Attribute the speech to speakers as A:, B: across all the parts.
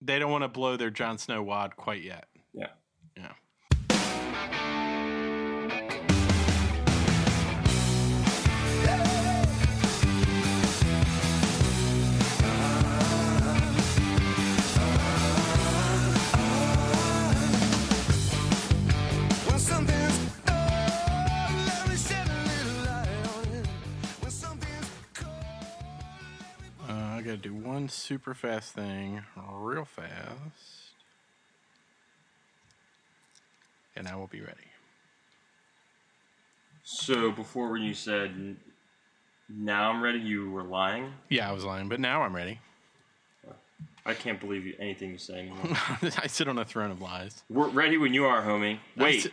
A: they don't want to blow their Jon Snow wad quite yet.
B: Yeah.
A: Yeah.
C: When something's up, let me shed a little light on it. When something's cold.
A: Uh, I got to do one super fast thing, real fast, and I will be ready.
B: So before when you said, "Now I'm ready," you were lying.
A: Yeah, I was lying, but now I'm ready.
B: I can't believe you, anything you say anymore.
A: I sit on a throne of lies.
B: we're ready when you are, homie. Wait,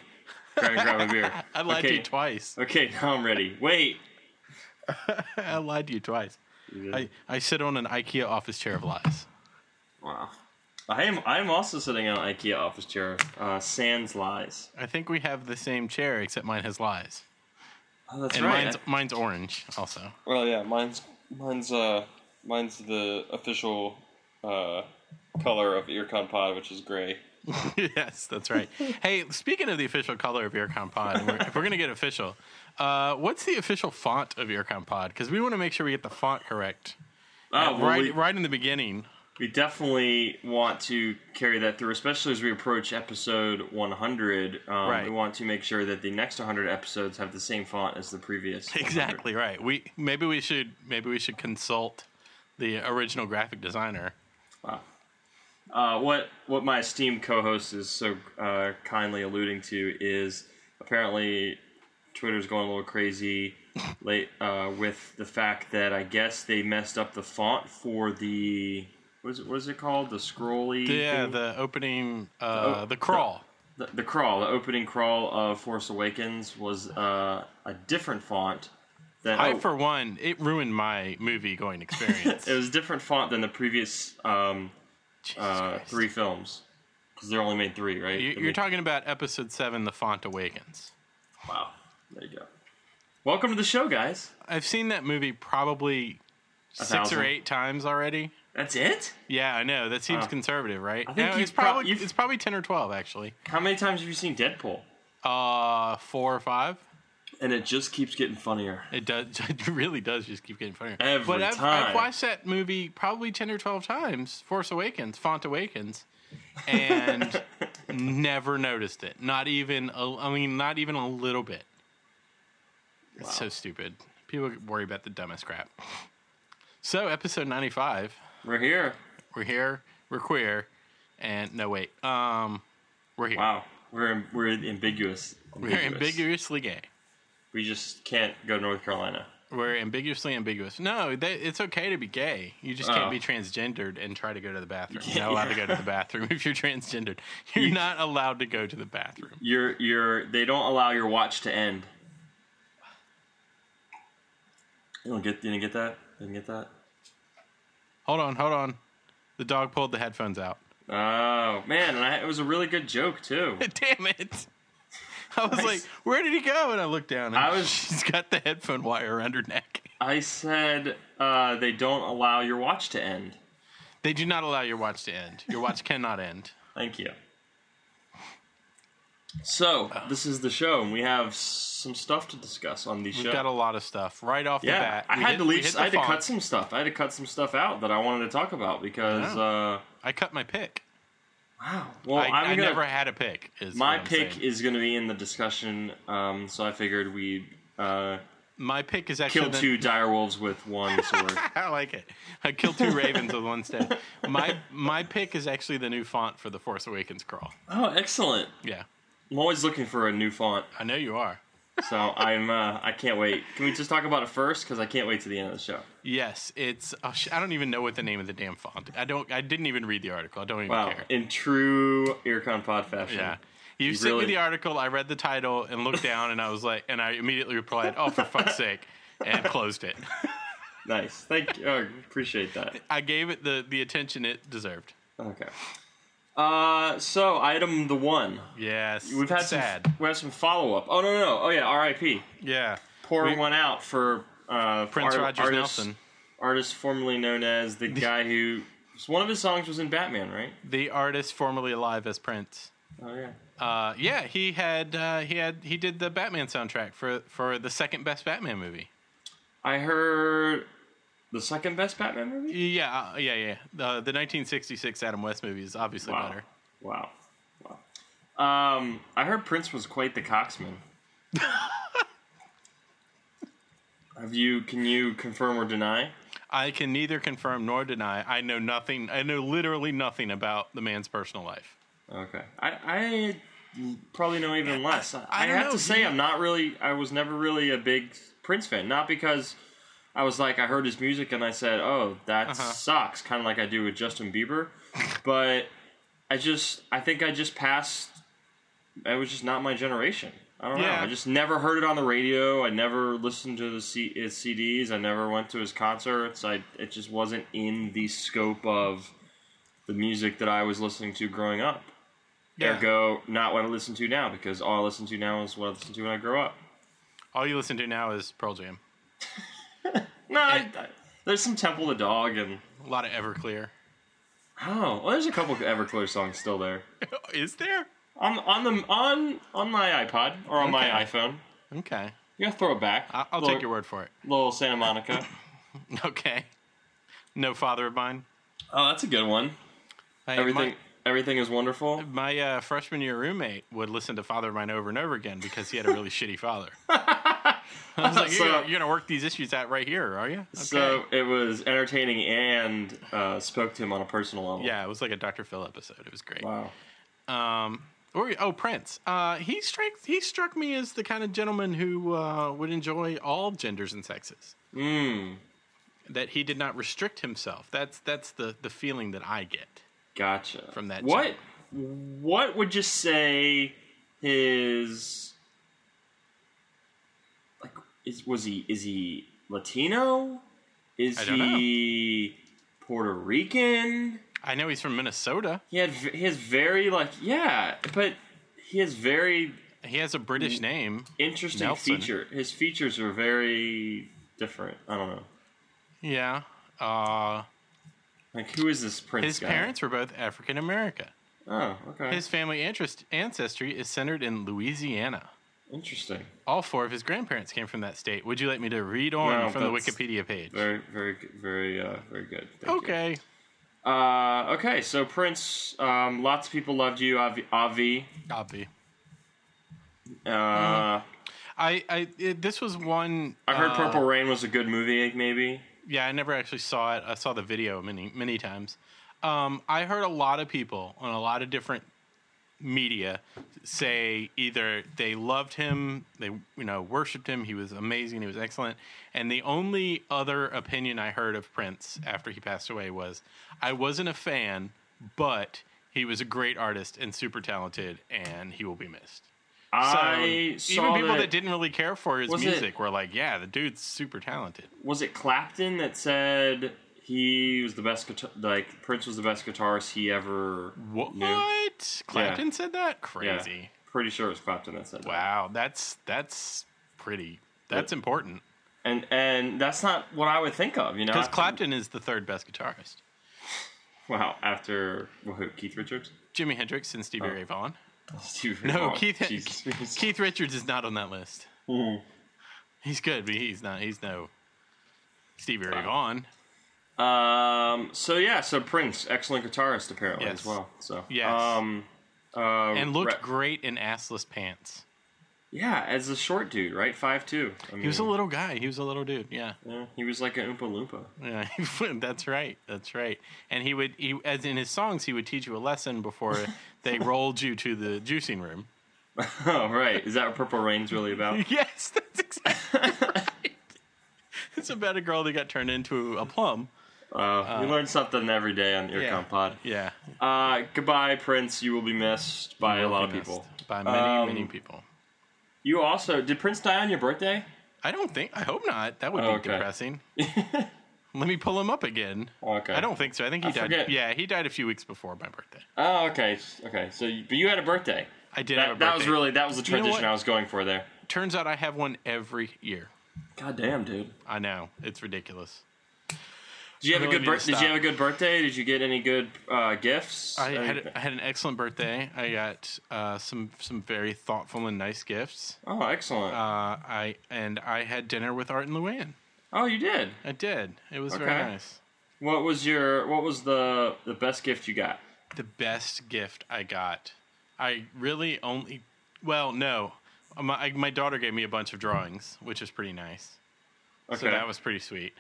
B: grab, grab a beer.
A: I lied
B: okay.
A: to you twice.
B: Okay, now I'm ready. Wait.
A: I lied to you twice. I, I sit on an IKEA office chair of lies.
B: wow. I am. I am also sitting on an IKEA office chair. Uh, sans lies.
A: I think we have the same chair, except mine has lies.
B: Oh, that's
A: And
B: right.
A: mine's, mine's orange, also.
B: well, yeah, mine's mine's uh mine's the official uh color of Earcon Pod, which is gray.
A: yes, that's right. hey, speaking of the official color of Earcom Pod, and we're, if we're going to get official, uh, what's the official font of Earcom Pod? Because we want to make sure we get the font correct.
B: Oh, well,
A: right,
B: we-
A: right in the beginning.
B: We definitely want to carry that through, especially as we approach episode 100. Um,
A: Right.
B: We want to make sure that the next 100 episodes have the same font as the previous. 100.
A: Exactly right. We maybe we should maybe we should consult the original graphic designer.
B: Uh, what what my esteemed co-host is so uh, kindly alluding to is apparently Twitter's going a little crazy late uh, with the fact that I guess they messed up the font for the what is it, what is it called the scrolly
A: Yeah,
B: thing?
A: the uh, opening,
B: Oh,
A: uh, the crawl.
B: the, the crawl, the opening crawl of Force Awakens was uh, a different font than
A: I,
B: oh,
A: for one, it ruined my movie going experience.
B: it was a different font than the previous um,
A: Jesus
B: uh,
A: Christ.
B: three films because they only made three, right?
A: You-
B: They
A: You're
B: made-
A: talking about episode seven, The Font Awakens.
B: Wow, there you go. Welcome to the show, guys.
A: I've seen that movie probably six
B: thousand.
A: or eight times already.
B: That's it.
A: Yeah, I know. That seems conservative, right?
B: I think
A: No,
B: you've
A: it's probably
B: prob- you've-
A: it's probably ten or twelve actually.
B: How many times have you seen Deadpool?
A: Uh, four or five.
B: And it just keeps getting funnier.
A: It does. It really does just keep getting funnier.
B: Every
A: but I've, I've
B: time.
A: watched that movie probably ten or twelve times. Force Awakens, Font Awakens, and never noticed it. Not even. A, I mean, not even a little bit. It's so stupid. People worry about the dumbest crap. So episode ninety-five.
B: We're here.
A: We're here. We're queer. And no wait. Um, we're here.
B: Wow, we're we're ambiguous.
A: We're ambiguously gay.
B: We just can't go to North Carolina.
A: We're ambiguously ambiguous. No, they, it's okay to be gay. You just can't
B: Oh.
A: be transgendered and try to go to the bathroom.
B: You
A: You're not
B: can't-
A: allowed to go to the bathroom if you're transgendered. You're not allowed to go to the bathroom.
B: You're you're they don't allow your watch to end. You don't get you didn't get that? Didn't get that?
A: Hold on, hold on. The dog pulled the headphones out.
B: Oh man, and I, it was a really good joke too.
A: Damn it. I was
B: Nice.
A: like, where did he go? And I looked down and
B: I was-
A: she's got the headphone wire around her neck.
B: I said uh, they don't allow your watch to end.
A: They do not allow your watch to end. Your watch cannot end.
B: Thank you. So this is the show, and we have some stuff to discuss on the
A: We've got a
B: show.
A: lot of stuff right off the
B: Yeah,
A: bat.
B: I
A: We
B: had
A: hit-
B: to
A: we
B: leave.
A: hit
B: I had
A: the
B: to cut
A: font.
B: some stuff. I had to cut some stuff out that I wanted to talk about because uh,
A: I cut my pick.
B: wow. Well,
A: I,
B: am
A: I
B: gonna,
A: never had a pick. Is
B: My
A: what I'm
B: pick
A: saying.
B: is going to be in the discussion, um, so I figured we uh,
A: my pick is actually
B: kill
A: the-
B: two dire wolves with one sword.
A: I like it. I killed two ravens with one stab. My my pick is actually the new font for the Force Awakens crawl.
B: oh, excellent!
A: Yeah,
B: I'm always looking for a new font,
A: I know you are.
B: so I'm uh, I can't wait. Can we just talk about it first? Because I can't wait to the end of the show.
A: Yes, it's. Oh, sh- I don't even know what the name of the damn font. I don't. I didn't even read the article. I don't even
B: Wow!
A: care.
B: In true Earcon Pod fashion.
A: yeah. You, sent
B: really-
A: me the article. I read the title and looked down, and I was like, and I immediately replied, "Oh, for fuck's sake!" and closed it.
B: Nice. Thank you. Oh, appreciate that.
A: I gave it the the attention it deserved.
B: Okay. Uh, so item the one
A: Yes,
B: we've had
A: sad.
B: some we have some follow up. Oh no no no. oh yeah R.I.P.
A: yeah,
B: Pouring
A: We-
B: one out for uh,
A: Prince
B: art-
A: Rogers
B: artist-
A: Nelson.
B: artist formerly known as the guy who So one of his songs was in Batman, right?
A: The artist formerly alive as Prince.
B: Oh yeah.
A: Uh, yeah, he had uh, he had he did the Batman soundtrack for for the second best Batman movie.
B: I heard the second best Batman movie.
A: Yeah, uh, yeah, yeah. Uh, the 1966 Adam West movie is obviously
B: Wow.
A: better.
B: Wow. Wow. Um, I heard Prince was quite the coxman. Have you? Can you confirm or deny?
A: I can neither confirm nor deny. I know nothing. I know literally nothing about the man's personal life.
B: Okay. I, I probably know even less. I,
A: I don't
B: have
A: know,
B: to say
A: he-
B: I'm not really I was never really a big Prince fan. Not because I was like I heard his music and I said, "Oh, that
A: Uh-huh.
B: sucks," kind of like I do with Justin Bieber, but I just I think I just passed it was just not my generation. I don't know.
A: Yeah.
B: I just never heard it on the radio. I never listened to the C- his CDs. I never went to his concerts. I it just wasn't in the scope of the music that I was listening to growing up. Ergo, not what I listen to now because all I listen to now is what I listen to when I grow up.
A: All you listen to now is Pearl Jam.
B: No, I, I- there's some Temple the Dog and
A: A lot of Everclear.
B: oh, well, there's a couple of Everclear songs still there
A: is there?
B: on on the on on my iPod or on my
A: Okay.
B: iPhone.
A: Okay,
B: You gotta throw it back.
A: I- I'll
B: little,
A: take your word for it.
B: little Santa Monica.
A: Okay. No father of mine.
B: oh, that's a good one.
A: Hey,
B: Everything
A: My,
B: everything is wonderful.
A: my uh, freshman year roommate would listen to Father of Mine over and over again because he had a really shitty father. I was like,
B: So-
A: you're, gonna, you're gonna work these issues out right here, are you? Okay.
B: So it was entertaining and uh, spoke to him on a personal level.
A: yeah, it was like a Dr. Phil episode. It was great.
B: Wow.
A: Where were you- oh, Prince. Uh, he struck he struck me as the kind of gentleman who uh, would enjoy all genders and sexes.
B: Hmm.
A: That he did not restrict himself. That's that's the the feeling that I get.
B: Gotcha.
A: From that
B: what what would you say his like is was he is he Latino? Is
A: I don't know.
B: he Puerto Rican?
A: I know he's from Minnesota.
B: He had v- he has very like yeah, but he has very
A: He has a British name.
B: interesting
A: Nelson.
B: feature. His features are very different. I don't know.
A: Yeah. Uh,
B: Like who is this prince
A: his
B: guy?
A: parents were both African American.
B: Oh, okay.
A: His family interest ancestry is centered in Louisiana.
B: interesting.
A: All four of his grandparents came from that state. Would you like me to read on
B: No,
A: from the
B: that's
A: Wikipedia page?
B: Very very g- very uh very good. Thank you.
A: okay.
B: Uh, okay, so Prince, um, lots of people loved you, Avi. Avi.
A: Copy.
B: Uh,
A: I, I it, this was one
B: I heard
A: Mm-hmm. uh,
B: Purple Rain was a good movie, maybe.
A: Yeah, I never actually saw it. I saw the video many many times. Um, I heard a lot of people on a lot of different media say either they loved him, they you know worshipped him, he was amazing, he was excellent, and the only other opinion I heard of Prince after he passed away was I wasn't a fan, but he was a great artist and super talented, and he will be missed. So
B: I saw
A: even people that,
B: that
A: didn't really care for his
B: Was it-
A: music were like, "Yeah, the dude's super talented."
B: was it Clapton that said he was the best guitar, like Prince was the best guitarist he ever
A: What?
B: knew.
A: Clapton said that? Crazy!
B: Pretty sure it was Clapton that said that.
A: Wow, that's that's pretty. That's important
B: And and that's not what I would think of, you know.
A: because
B: after-
A: Clapton is the third best guitarist.
B: Wow, after who, Keith Richards?
A: Jimi Hendrix and Stevie Ray Vaughan.
B: Steve
A: No,
B: Vaughan.
A: Keith
B: Oh, Jesus Christ.
A: Keith Richards is not on that list. He's good, but he's not. He's no Stevie Ray Vaughan.
B: Um. So yeah. So Prince, excellent guitarist apparently
A: Yes.
B: as well. So
A: Yes.
B: Um. Uh,
A: And looked
B: Re-
A: great in assless pants.
B: yeah, as a short dude, right? Five two. I mean,
A: He was a little guy. He was a little dude. Yeah.
B: yeah, he was like an oompa loompa.
A: Yeah, that's right. That's right. And he would, he as in his songs, he would teach you a lesson before they rolled you to the juicing room.
B: Oh right. Is that what Purple Rain's really about?
A: Yes, that's exactly right. It's about a girl that got turned into a plum.
B: Uh, you learn something every day on your
A: yeah.
B: yeah. pod.
A: Yeah,
B: Uh, goodbye, Prince. You will be missed by a lot of people.
A: by many,
B: Um,
A: many people.
B: You also did Prince die on your birthday?
A: I don't think. I hope not. That would be
B: Okay.
A: depressing. Let me pull him up again.
B: Oh, Okay.
A: I don't think so. I think he
B: I
A: died.
B: forget.
A: Yeah, he died a few weeks before my birthday.
B: Oh, okay. Okay. So, you, but you had a birthday.
A: I did. have a
B: That,
A: birthday.
B: that was really that was the
A: You know
B: transition
A: what?
B: I was going for there.
A: Turns out I have one every year.
B: God damn, dude.
A: I know. It's ridiculous.
B: Did you have
A: I
B: a
A: really
B: good?
A: need to
B: Bir- did you
A: stop.
B: have a good birthday? Did you get any good uh, gifts?
A: I
B: Any-
A: had I had an excellent birthday. I got uh, some some very thoughtful and nice gifts.
B: oh, excellent.
A: Uh, I and I had dinner with Art and Luann.
B: oh, you did.
A: I did. It was very
B: Okay.
A: nice.
B: What was your? What was the the best gift you got?
A: The best gift I got. I really only. Well, no, my my daughter gave me a bunch of drawings, which is pretty nice.
B: Okay.
A: So that was pretty sweet.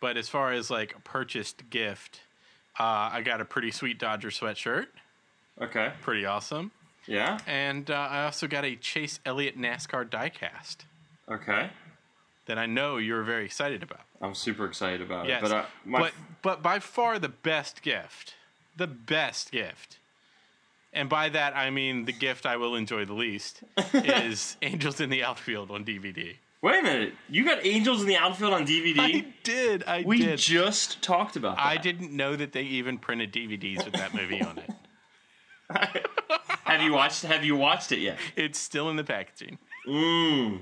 A: But as far as like a purchased gift, uh, I got a pretty sweet Dodger sweatshirt.
B: okay.
A: Pretty awesome.
B: Yeah.
A: And uh, I also got a Chase Elliott NASCAR diecast
B: Okay.
A: that I know you were very excited about.
B: I'm super excited about
A: Yes.
B: it. But uh, my
A: Uh, but, but by far the best gift, the best gift, and by that I mean the gift I will enjoy the least, is Angels in the Outfield on DVD.
B: wait a minute. You got Angels in the Outfield on DVD.
A: I did. I
B: we
A: did.
B: just talked about. That.
A: I didn't know that they even printed DVDs with that movie on it.
B: Have you watched? Have you watched it yet?
A: It's still in the packaging.
B: Mm.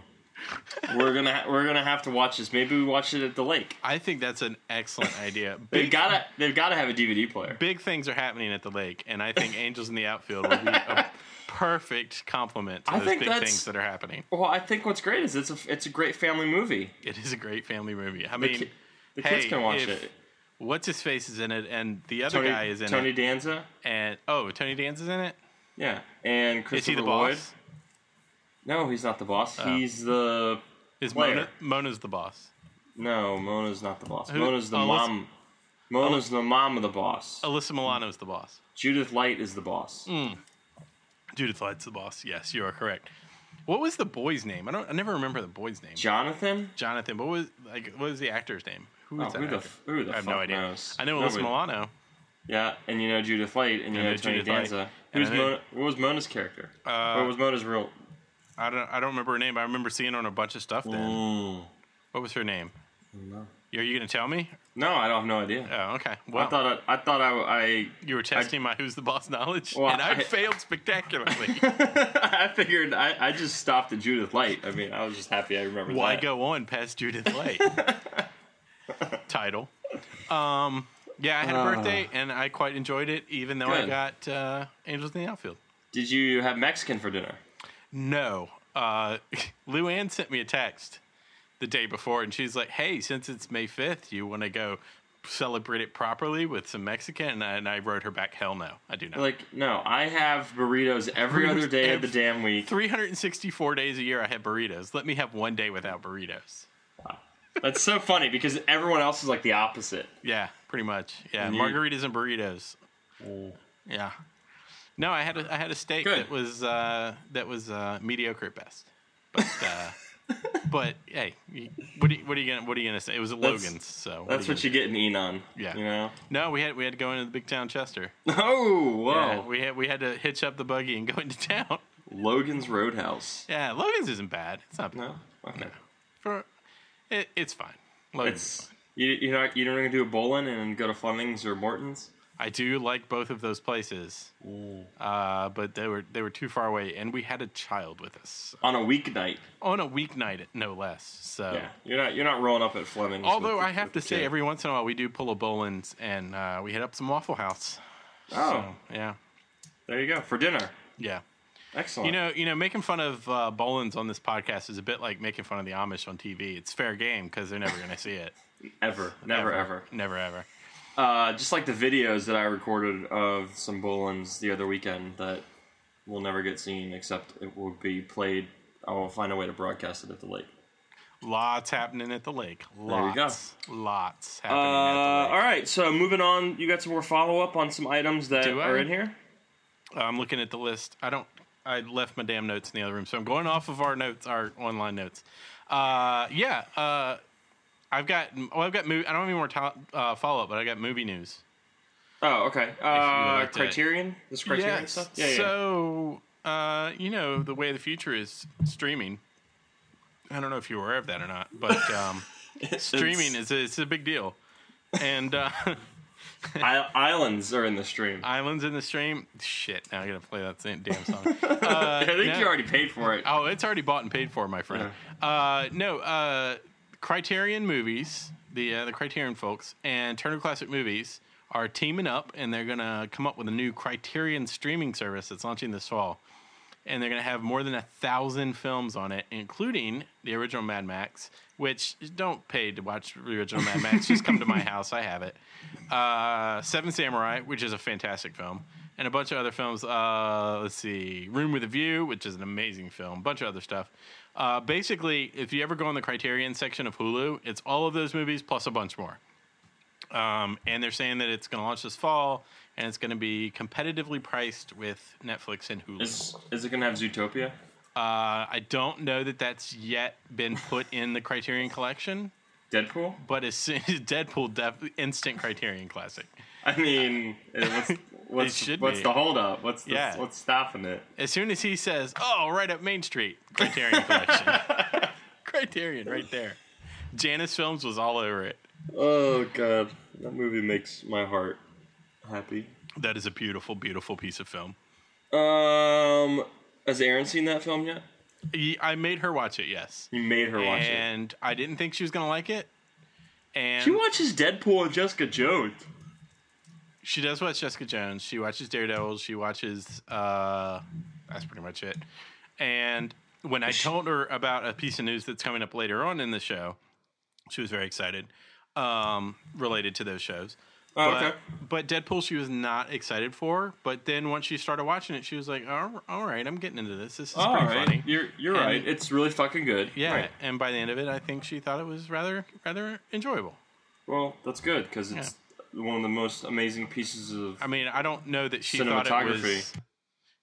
B: we're gonna ha- we're gonna have to watch this. Maybe we watch it at the lake.
A: I think that's an excellent idea.
B: They've
A: Big,
B: gotta they've gotta have a DVD player.
A: big things are happening at the lake, and I think Angels in the Outfield would be a perfect complement to
B: I
A: those
B: think
A: big
B: that's-
A: things that are happening.
B: Well, I think what's great is it's a it's a great family movie.
A: It is a great family movie. I
B: The,
A: mean,
B: ki- the
A: hey,
B: kids can watch
A: if
B: it.
A: what's his face is in it, and the other
B: Tony,
A: guy is in
B: Tony
A: it,
B: Danza.
A: and oh, Tony Danza's in it.
B: Yeah, and
A: Is
B: Christopher
A: he the
B: Lloyd.
A: boss? Oh.
B: No, he's not the boss. He's the
A: Is
B: Player.
A: Mona Mona's the boss?
B: no. Mona's not the boss.
A: Who-
B: Mona's the
A: oh, let's-
B: mom. Mona's the mom of the boss.
A: Alyssa Milano's the boss.
B: Judith Light is the boss.
A: Hmm. Judith Light's the boss. Yes, you are correct. What was the boy's name? I don't. I never remember the boy's name.
B: Jonathan.
A: Jonathan. What was like? What was the actor's name? Who
B: Oh,
A: was that?
B: who the
A: actor?
B: f- who the
A: I have
B: fuck
A: no idea.
B: knows?
A: I know Alyssa
B: Nobody.
A: Milano.
B: Yeah, and you know Judith Light, and you
A: I
B: know,
A: know
B: Tony
A: Judith Light.
B: Danza.
A: And
B: Who's
A: I know-
B: Mona, what was Mona's character?
A: Uh,
B: what was Mona's real?
A: I don't. I don't remember her name. but I remember seeing her on a bunch of stuff. Then Hmm.
B: Mm.
A: what was her name?
B: No,
A: Are you going to tell me?
B: I don't have no idea.
A: Oh, okay. Well,
B: I thought I, I thought I,
A: you were testing my "Who's the Boss" knowledge,
B: Well,
A: and I,
B: I-
A: failed spectacularly.
B: I, I figured I, I just stopped at Judith Light. I mean, I was just happy I remembered.
A: Why
B: that.
A: go on past Judith Light? Title. Um. Yeah, I had a birthday, and I quite enjoyed it, even though I
B: Uh. Good.
A: got uh, Angels in the Outfield.
B: Did you have Mexican for dinner?
A: No. Uh, Luann sent me a text the day before, and she's like, "Hey, since it's May fifth, you want to go celebrate it properly with some Mexican?" And I, and I wrote her back, "Hell no, I do not."
B: Like, no, I have burritos every other
A: Burritos
B: day
A: ev-
B: of the damn week.
A: Three hundred and sixty-four days a year, I have burritos. Let me have one day without burritos.
B: That's so funny because everyone else is like the opposite.
A: Yeah, pretty much. Yeah,
B: And you- Mm.
A: margaritas and burritos. Yeah. No, I had a, I had a steak
B: Good.
A: that was uh, that was uh, mediocre at best. But uh, but hey, you- what are you, what are you gonna what are you gonna say? It was at
B: That's-
A: Logan's, so
B: That's what you get in Enon.
A: Yeah.
B: You know?
A: No, we had we had to go into the big town Chester.
B: Oh, whoa.
A: Yeah, we had we had to hitch up the buggy and go into town.
B: Logan's Roadhouse.
A: Yeah, Logan's isn't bad. It's not bad.
B: No? Okay.
A: For, it, it's fine. Logan's
B: It's. You, you're not you're not gonna do a bowling and go to Fleming's or Morton's.
A: I do like both of those places, uh, but they were they were too far away, and we had a child with us
B: on a weeknight.
A: on a weeknight, no less. So,
B: Yeah, you're not you're not rolling up at Fleming's.
A: although
B: with the-
A: I have
B: with
A: to
B: the
A: say,
B: kid.
A: every once in a while we do pull a Bolins, and uh, we hit up some Waffle House.
B: oh,
A: Yeah,
B: there you go for dinner.
A: yeah.
B: Excellent.
A: You know, you know, making fun of uh, Bolins on this podcast is a bit like making fun of the Amish on TV. It's fair game because they're never going to see it.
B: ever, never, ever.
A: never ever.
B: Uh, just like the videos that I recorded of some Bolins the other weekend that will never get seen, except it will be played. I will find a way to broadcast it at the lake.
A: Lots happening at the lake.
B: you go.
A: Lots, lots
B: Uh,
A: happening at the
B: all
A: lake.
B: right, so moving on, you got some more follow up on some items that
A: Do I?
B: are in here.
A: I'm looking at the list. I don't. I left my damn notes in the other room, so I'm going off of our notes, our online notes. Uh, yeah, uh, I've got. Well, I've got. Movie, I don't have any more to, uh, follow up, but I got movie news.
B: Oh, okay. Uh,
A: like to-
B: criterion, this criterion
A: Yes.
B: stuff. Yeah, yeah.
A: so, Uh, you know, the way of the future is streaming. I don't know if you were aware of that or not, but um, streaming is a, it's a big deal. And uh,
B: I- islands are in the stream.
A: Islands in the Stream. Shit, now I gotta play that same damn song. Uh,
B: I think
A: no.
B: you already paid for it.
A: Oh, it's already bought and paid for, my friend. Uh, no, uh, Criterion Movies the uh, the Criterion folks and Turner Classic Movies are teaming up, and they're gonna come up with a new Criterion streaming service that's launching this fall. And they're gonna have more than a thousand films on it, including the original Mad Max. Which don't pay to watch the original Mad Max. Just come to my house; I have it. Uh, Seven Samurai, which is a fantastic film, and a bunch of other films. Uh, let's see, Room with a View, which is an amazing film, a bunch of other stuff. Uh, basically, if you ever go on the Criterion section of Hulu, it's all of those movies plus a bunch more. Um, and they're saying that it's going to launch this fall, and it's going to be competitively priced with Netflix and Hulu.
B: Is is it gonna have Zootopia?
A: Uh, I don't know that that's yet been put in the Criterion collection,
B: Deadpool?
A: but as soon as Deadpool, def- instant Criterion classic.
B: I mean, eh, what's what's,
A: should
B: what's
A: be.
B: the holdup? What's the,
A: Yeah.
B: what's stopping it?
A: As soon as he says, "Oh, right up Main Street," Criterion collection, Criterion, right there. Janus Films was all over it.
B: Oh god, that movie makes my heart happy.
A: That is a beautiful, beautiful piece of film.
B: Um, has Aaron seen that film yet?
A: Ye- I made her watch it. Yes.
B: You made her watch it.
A: and I didn't think she was gonna like it. And
B: She watches Deadpool and Jessica Jones.
A: she does watch Jessica Jones. She watches Daredevil. She watches. Uh, that's pretty much it. And when I told her about a piece of news that's coming up later on in the show, she was very excited. Um, related to those shows.
B: Oh,
A: but,
B: okay.
A: but Deadpool, she was not excited for. But then once she started watching it, she was like, "All all right, I'm getting into this. This is
B: All
A: pretty
B: right,
A: funny."
B: you're you're
A: And-
B: right. It's really fucking good.
A: Yeah,
B: Right.
A: and by the end of it, I think she thought it was rather rather enjoyable.
B: Well, that's good because it's one of the most amazing pieces of.
A: I mean, I don't know that she thought it was.
B: Cinematography.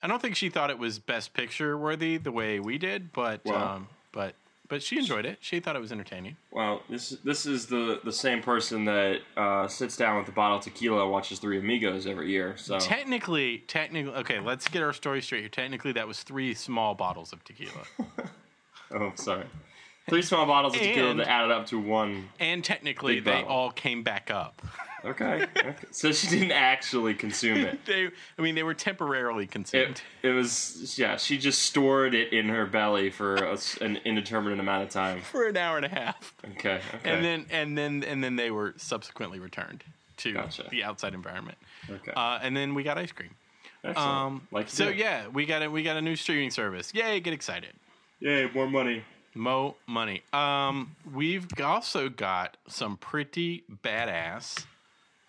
A: I don't think she thought it was best picture worthy the way we did, but
B: Wow.
A: um, but but she enjoyed it. She thought it was entertaining.
B: Wow, this this is the the same person that uh, sits down with a bottle of tequila and watches Three Amigos every year. So
A: Technically, technically, okay, let's get our story straight here. Technically, that was three small bottles of tequila,
B: oh, sorry. Three small bottles of tequila
A: And-
B: that added up to one.
A: and technically,
B: Big
A: they
B: bottle.
A: all came back up.
B: Okay. okay. so she didn't actually consume it.
A: They, I mean, they were temporarily consumed.
B: It, it was yeah. She just stored it in her belly for a s an indeterminate amount of time.
A: for an hour and a half,
B: Okay. okay.
A: and then and then and then they were subsequently returned to
B: Gotcha.
A: the outside environment,
B: okay.
A: uh, and then we got ice cream.
B: Excellent.
A: Um,
B: like you
A: so
B: do.
A: yeah, we got it. We got a new streaming service. Yay! Get excited.
B: Yay! More money.
A: Mo money. Um, we've also got some pretty badass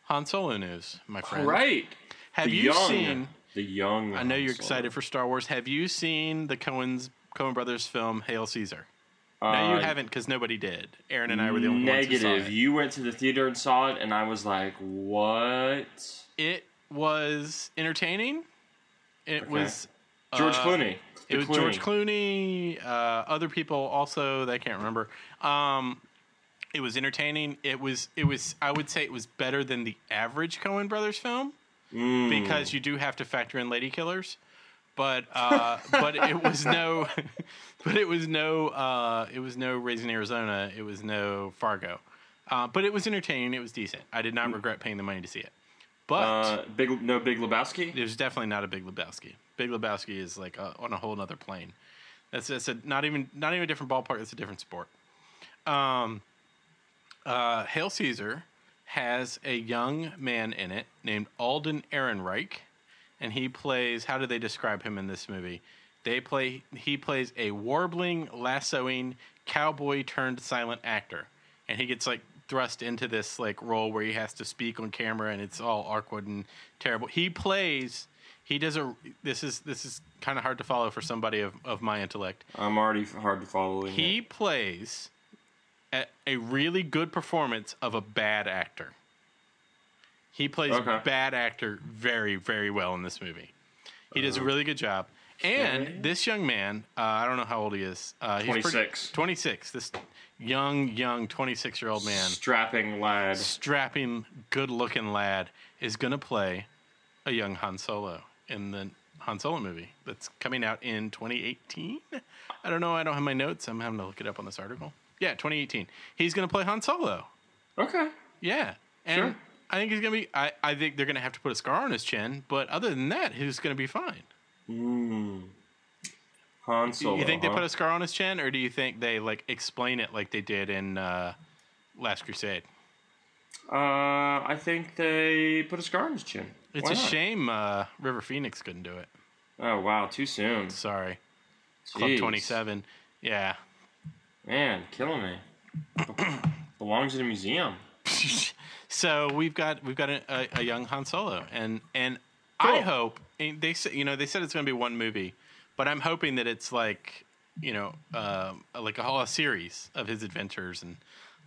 A: Han Solo news, my
B: All
A: friend.
B: right.
A: Have
B: the
A: you
B: young,
A: seen?
B: the young?
A: I know you're excited for Star Wars. Have you seen the Cohen's Cohen brothers film Hail Caesar? No, you haven't because nobody did. Aaron and I were the only ones
B: Uh, Negative.
A: who saw it.
B: You went to the theater and saw it, and I was like, "What?"
A: It was entertaining. It was
B: George Clooney.
A: Uh, It
B: The
A: was George Clooney, uh, other people also that I can't remember. Um, it was entertaining. It was it was I would say it was better than the average Cohen Brothers film because you do have to factor in lady killers. But uh, but it was no but it was no uh, it was no Raising Arizona. It was no Fargo. Uh, but it was entertaining. It was decent. I did not regret paying the money to see it. But
B: Uh, big no Big Lebowski.
A: there's definitely not a Big Lebowski. Big Lebowski is like uh on a whole nother plane. That's that's a not even not even a different ballpark. It's a different sport. Um, uh, Hail Caesar has a young man in it named Alden Ehrenreich, and he plays. How do they describe him in this movie? They play. He plays a warbling, lassoing cowboy turned silent actor, and he gets like thrust into this like role where he has to speak on camera, and it's all awkward and terrible. He plays. He does a. This is this is kind of hard to follow for somebody of, of my intellect.
B: I'm already hard to follow. in
A: He
B: it.
A: plays a, a really good performance of a bad actor. He plays
B: Okay.
A: bad actor very, very well in this movie. He does a really good job. And this young man, uh, I don't know how old he is. Uh, he's pretty-
B: 26.
A: 26. This young, young 26 year old man,
B: strapping lad.
A: strapping, good looking lad, is going to play a young Han Solo in the Han Solo movie that's coming out in 2018. I don't know. I don't have my notes. I'm having to look it up on this article. Yeah, 2018. He's going to play Han Solo.
B: Okay.
A: Yeah. And
B: Sure.
A: I think he's going to be, I, I think they're going to have to put a scar on his chin, but other than that, he's going to be fine.
B: Han Solo.
A: you think
B: huh?
A: they put a scar on his chin, or do you think they like explain it like they did in uh, Last Crusade?
B: Uh, I think they put a scar on his chin.
A: It's
B: Why
A: a
B: not?
A: shame uh, River Phoenix couldn't do it.
B: Oh wow, too soon.
A: Sorry. Club
B: Jeez.
A: 27. Yeah.
B: Man, killing me. Belongs in a museum.
A: so we've got we've got a, a, a young Han Solo, and and I
B: Cool.
A: hope and they said you know they said it's going to be one movie, but I'm hoping that it's like you know uh, like a whole series of his adventures and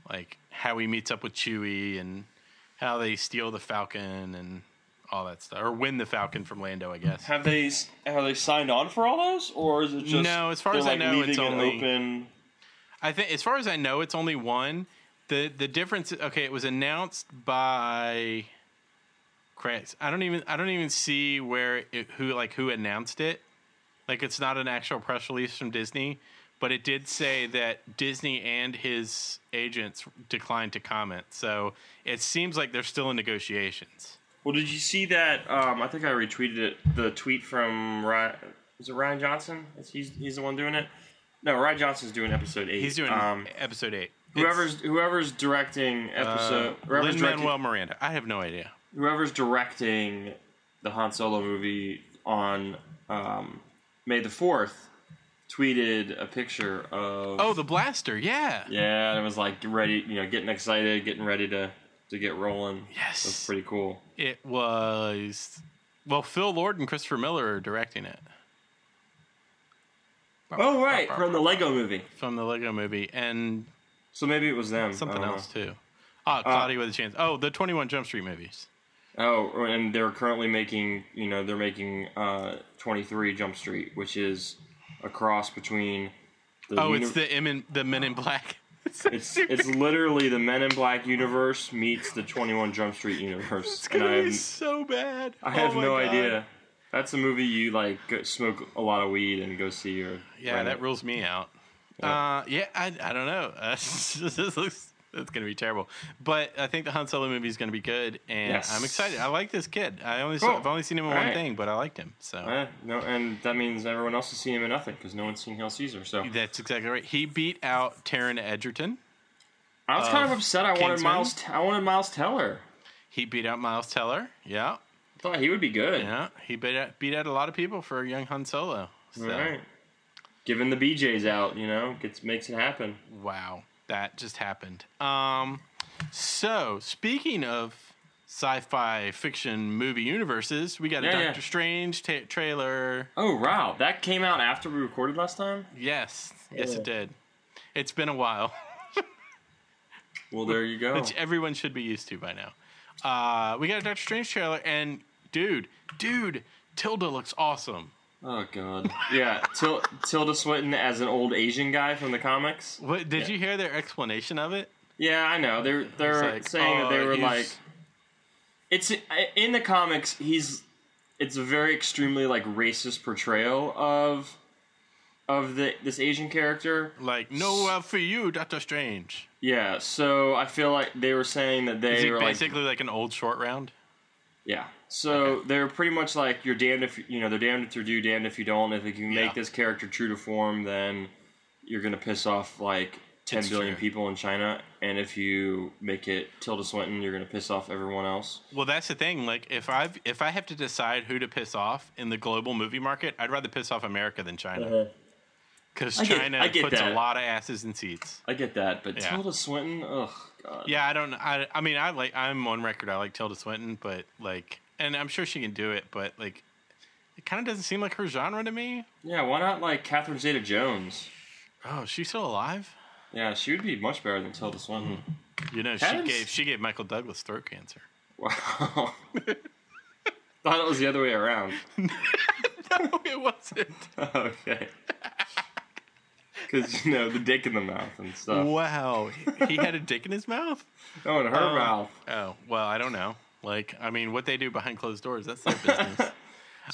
A: like how he meets up with Chewie and how they steal the Falcon and all that stuff or win the Falcon from Lando, I guess.
B: Have they have they signed on for all those, or is it just
A: No, as far
B: they're,
A: as I
B: like,
A: know,
B: leaving
A: it's
B: it
A: only-
B: open?
A: I think, as far as I know, it's only one. the The difference, okay, it was announced by. Chris, I don't even I don't even see where it, who like who announced it. Like it's not an actual press release from Disney, but it did say that Disney and his agents declined to comment. So it seems like they're still in negotiations.
B: Well, did you see that? Um, I think I retweeted it. The tweet from Ryan. Is it Ryan Johnson? It's- He's he's the one doing it. No, Ryan Johnson's doing episode eight.
A: He's doing
B: Um,
A: episode eight.
B: whoever's whoever's directing episode.
A: Lin
B: whoever's directing,
A: Manuel Miranda. I have no idea.
B: whoever's directing the Han Solo movie on um, May the fourth tweeted a picture of
A: Oh, the blaster. Yeah.
B: yeah, and it was like ready, you know, getting excited, getting ready to to get rolling.
A: Yes.
B: that's pretty cool.
A: It was well, Phil Lord and Christopher Miller are directing it
B: Oh right, from the Lego movie.
A: from the Lego Movie and
B: So maybe it was them. I
A: something
B: don't know.
A: else too. Ah,
B: Uh,
A: Cloudy with a Chance. Oh, the Twenty One Jump Street movies.
B: Oh, and they're currently making, you know, they're making uh, 23 Jump Street, which is a cross between. The
A: Oh, it's
B: uni-
A: the M in, the Men in Black. It's so
B: It's,
A: stupid.
B: it's literally the Men in Black universe meets the 21 Jump Street universe.
A: It's
B: and
A: gonna
B: I
A: be
B: have,
A: so bad.
B: I have
A: Oh my
B: no
A: God.
B: idea. That's a movie you, like, go, smoke a lot of weed and go see your.
A: Yeah, that rules me out. Uh, yeah, I, I don't know. Uh, this looks it's gonna be terrible. But I think the Han Solo movie is gonna be good, and
B: Yes.
A: I'm excited. I like this kid. I only
B: Cool.
A: saw, I've only seen him in
B: All
A: one
B: right.
A: thing, but I liked him. So
B: Eh, no, and that means everyone else has seen him in nothing because no one's seen Hail Caesar. So
A: That's exactly right. He beat out Taryn Edgerton.
B: I was
A: uh,
B: kind of upset. I wanted
A: Kingsman?
B: Miles. I wanted Miles Teller.
A: He beat out Miles Teller. Yeah,
B: I thought he would be good.
A: yeah. He beat out, beat out a lot of people for a young Han Solo. So,
B: All right. Giving the BJ's out, you know, gets makes it happen.
A: Wow, that just happened. Um, so speaking of sci-fi fiction movie universes, we got a
B: Yeah,
A: Doctor
B: yeah.
A: Strange ta- trailer.
B: Oh wow, that came out after we recorded last time.
A: Yes, yes,
B: Yeah.
A: it did. It's been a while,
B: Well, there you go.
A: which everyone should be used to by now. Uh, we got a Doctor Strange trailer, and dude, dude, Tilda looks awesome.
B: Oh god. Yeah, Til- Tilda Swinton as an old Asian guy from the comics.
A: What did
B: Yeah.
A: you hear their explanation of it?
B: Yeah, I know. They're they're
A: like,
B: saying that they
A: oh,
B: were
A: he's-
B: like, it's in the comics. He's it's a very extremely like racist portrayal of of the this Asian character.
A: Like, no love for you, Doctor Strange.
B: Yeah, so I feel like they were saying that they
A: Is he
B: were like
A: basically like, an old short round?
B: Yeah. So they're pretty much like you're damned if you know they're damned if you do, damned if you don't. If you can make
A: Yeah.
B: this character true to form, then you're gonna piss off like ten billion
A: It's true.
B: people in China, and if you make it Tilda Swinton, you're gonna piss off everyone else.
A: Well, that's the thing. Like, if I've if I have to decide who to piss off in the global movie market, I'd rather piss off America than China. Because
B: Uh-huh. I get-
A: China
B: I get
A: puts
B: that.
A: a lot of asses in seats.
B: I get that, but
A: Yeah.
B: Tilda Swinton, ugh, God.
A: Yeah, I don't. I, I mean, I like. I'm on record. I like Tilda Swinton, but like, and I'm sure she can do it, but like, it kind of doesn't seem like her genre to me.
B: Yeah, why not like Catherine Zeta-Jones?
A: Oh, she's still alive.
B: Yeah, she would be much better than Tilda Swinton.
A: You know, she
B: Adam's-
A: gave she gave Michael Douglas throat cancer.
B: Wow. Thought it was the other way around.
A: no, it wasn't.
B: okay. Because you know the dick in the mouth and stuff.
A: Wow, he- he had a dick in his mouth.
B: Oh, in her mouth.
A: Oh well, I don't know. Like, I mean, what they do behind closed doors—that's their business.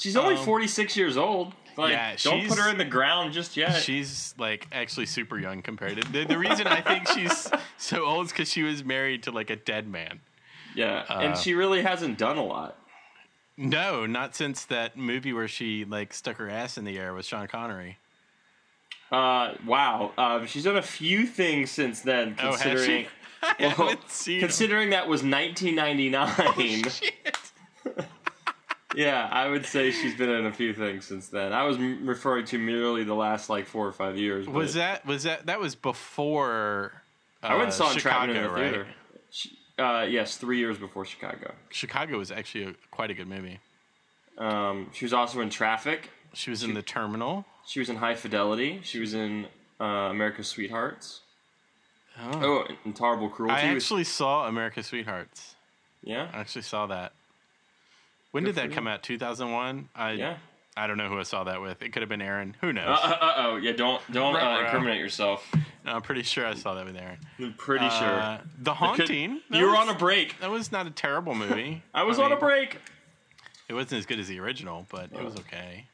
B: She's only
A: um,
B: 46 years old. Like,
A: Yeah,
B: don't
A: she's-
B: put her in the ground just yet.
A: she's like actually super young compared to the, the reason I think she's so old is because she was married to like a dead man.
B: yeah,
A: uh,
B: and she really hasn't done a lot.
A: No, not since that movie where she like stuck her ass in the air with Sean Connery.
B: Uh, wow. Um, she's done a few things since then,
A: Oh, has
B: considering.
A: she? I haven't seen 'em. Oh,
B: Considering that was 1999.
A: Shit.
B: yeah, I would say she's been in a few things since then. I was m- referring to merely the last like four or five years. but
A: Was that was that that was before? Uh,
B: I went and saw Entrapment in the
A: right?
B: theater. Sh- Uh, yes, three years before Chicago.
A: Chicago was actually a, quite a good movie.
B: Um, she was also in Traffic.
A: She was in the terminal.
B: She was in High Fidelity. She was in uh, America's Sweethearts.
A: Oh,
B: Oh, Intolerable Cruelty.
A: I
B: was-
A: actually saw America's Sweethearts.
B: yeah,
A: I actually saw that. When
B: Good
A: did that
B: for
A: come out? Two thousand one. I
B: yeah.
A: I don't know who I saw that with. It could have been Aaron. Who knows?
B: Uh uh oh, yeah. Don't don't uh,
A: Ruh-roh.
B: incriminate yourself.
A: I'm pretty sure I saw that with Aaron.
B: I'm pretty
A: Uh,
B: sure.
A: the Haunting. that
B: You were
A: was-
B: on a break.
A: That was not a terrible movie.
B: I was on
A: mean,
B: a break.
A: It wasn't as good as the original, but it was okay.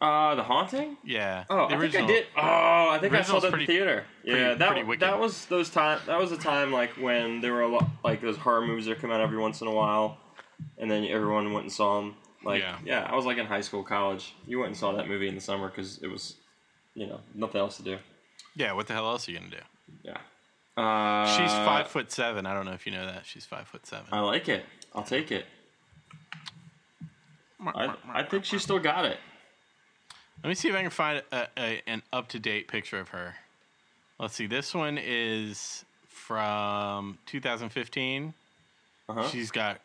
B: Uh, the haunting.
A: Yeah.
B: Oh,
A: the
B: I think I did. Oh, I think I saw
A: original's
B: that
A: pretty-
B: in the theater. yeah, that
A: pretty wicked.
B: that was those time. That was a time like when there were a lot like those horror movies that come out every once in a while, and then everyone went and saw them. Like yeah,
A: Yeah.
B: I was like in high school, college. You went and saw that movie in the summer because it was, you know, nothing else to do.
A: Yeah. What the hell else are you gonna do?
B: Yeah. Uh,
A: She's five foot seven. I don't know if you know that. She's five foot seven.
B: I like it. I'll take it. I I think she still got it.
A: Let me see if I can find a, a, an up to date picture of her. Let's see. This one is from 2015.
B: Uh-huh.
A: She's got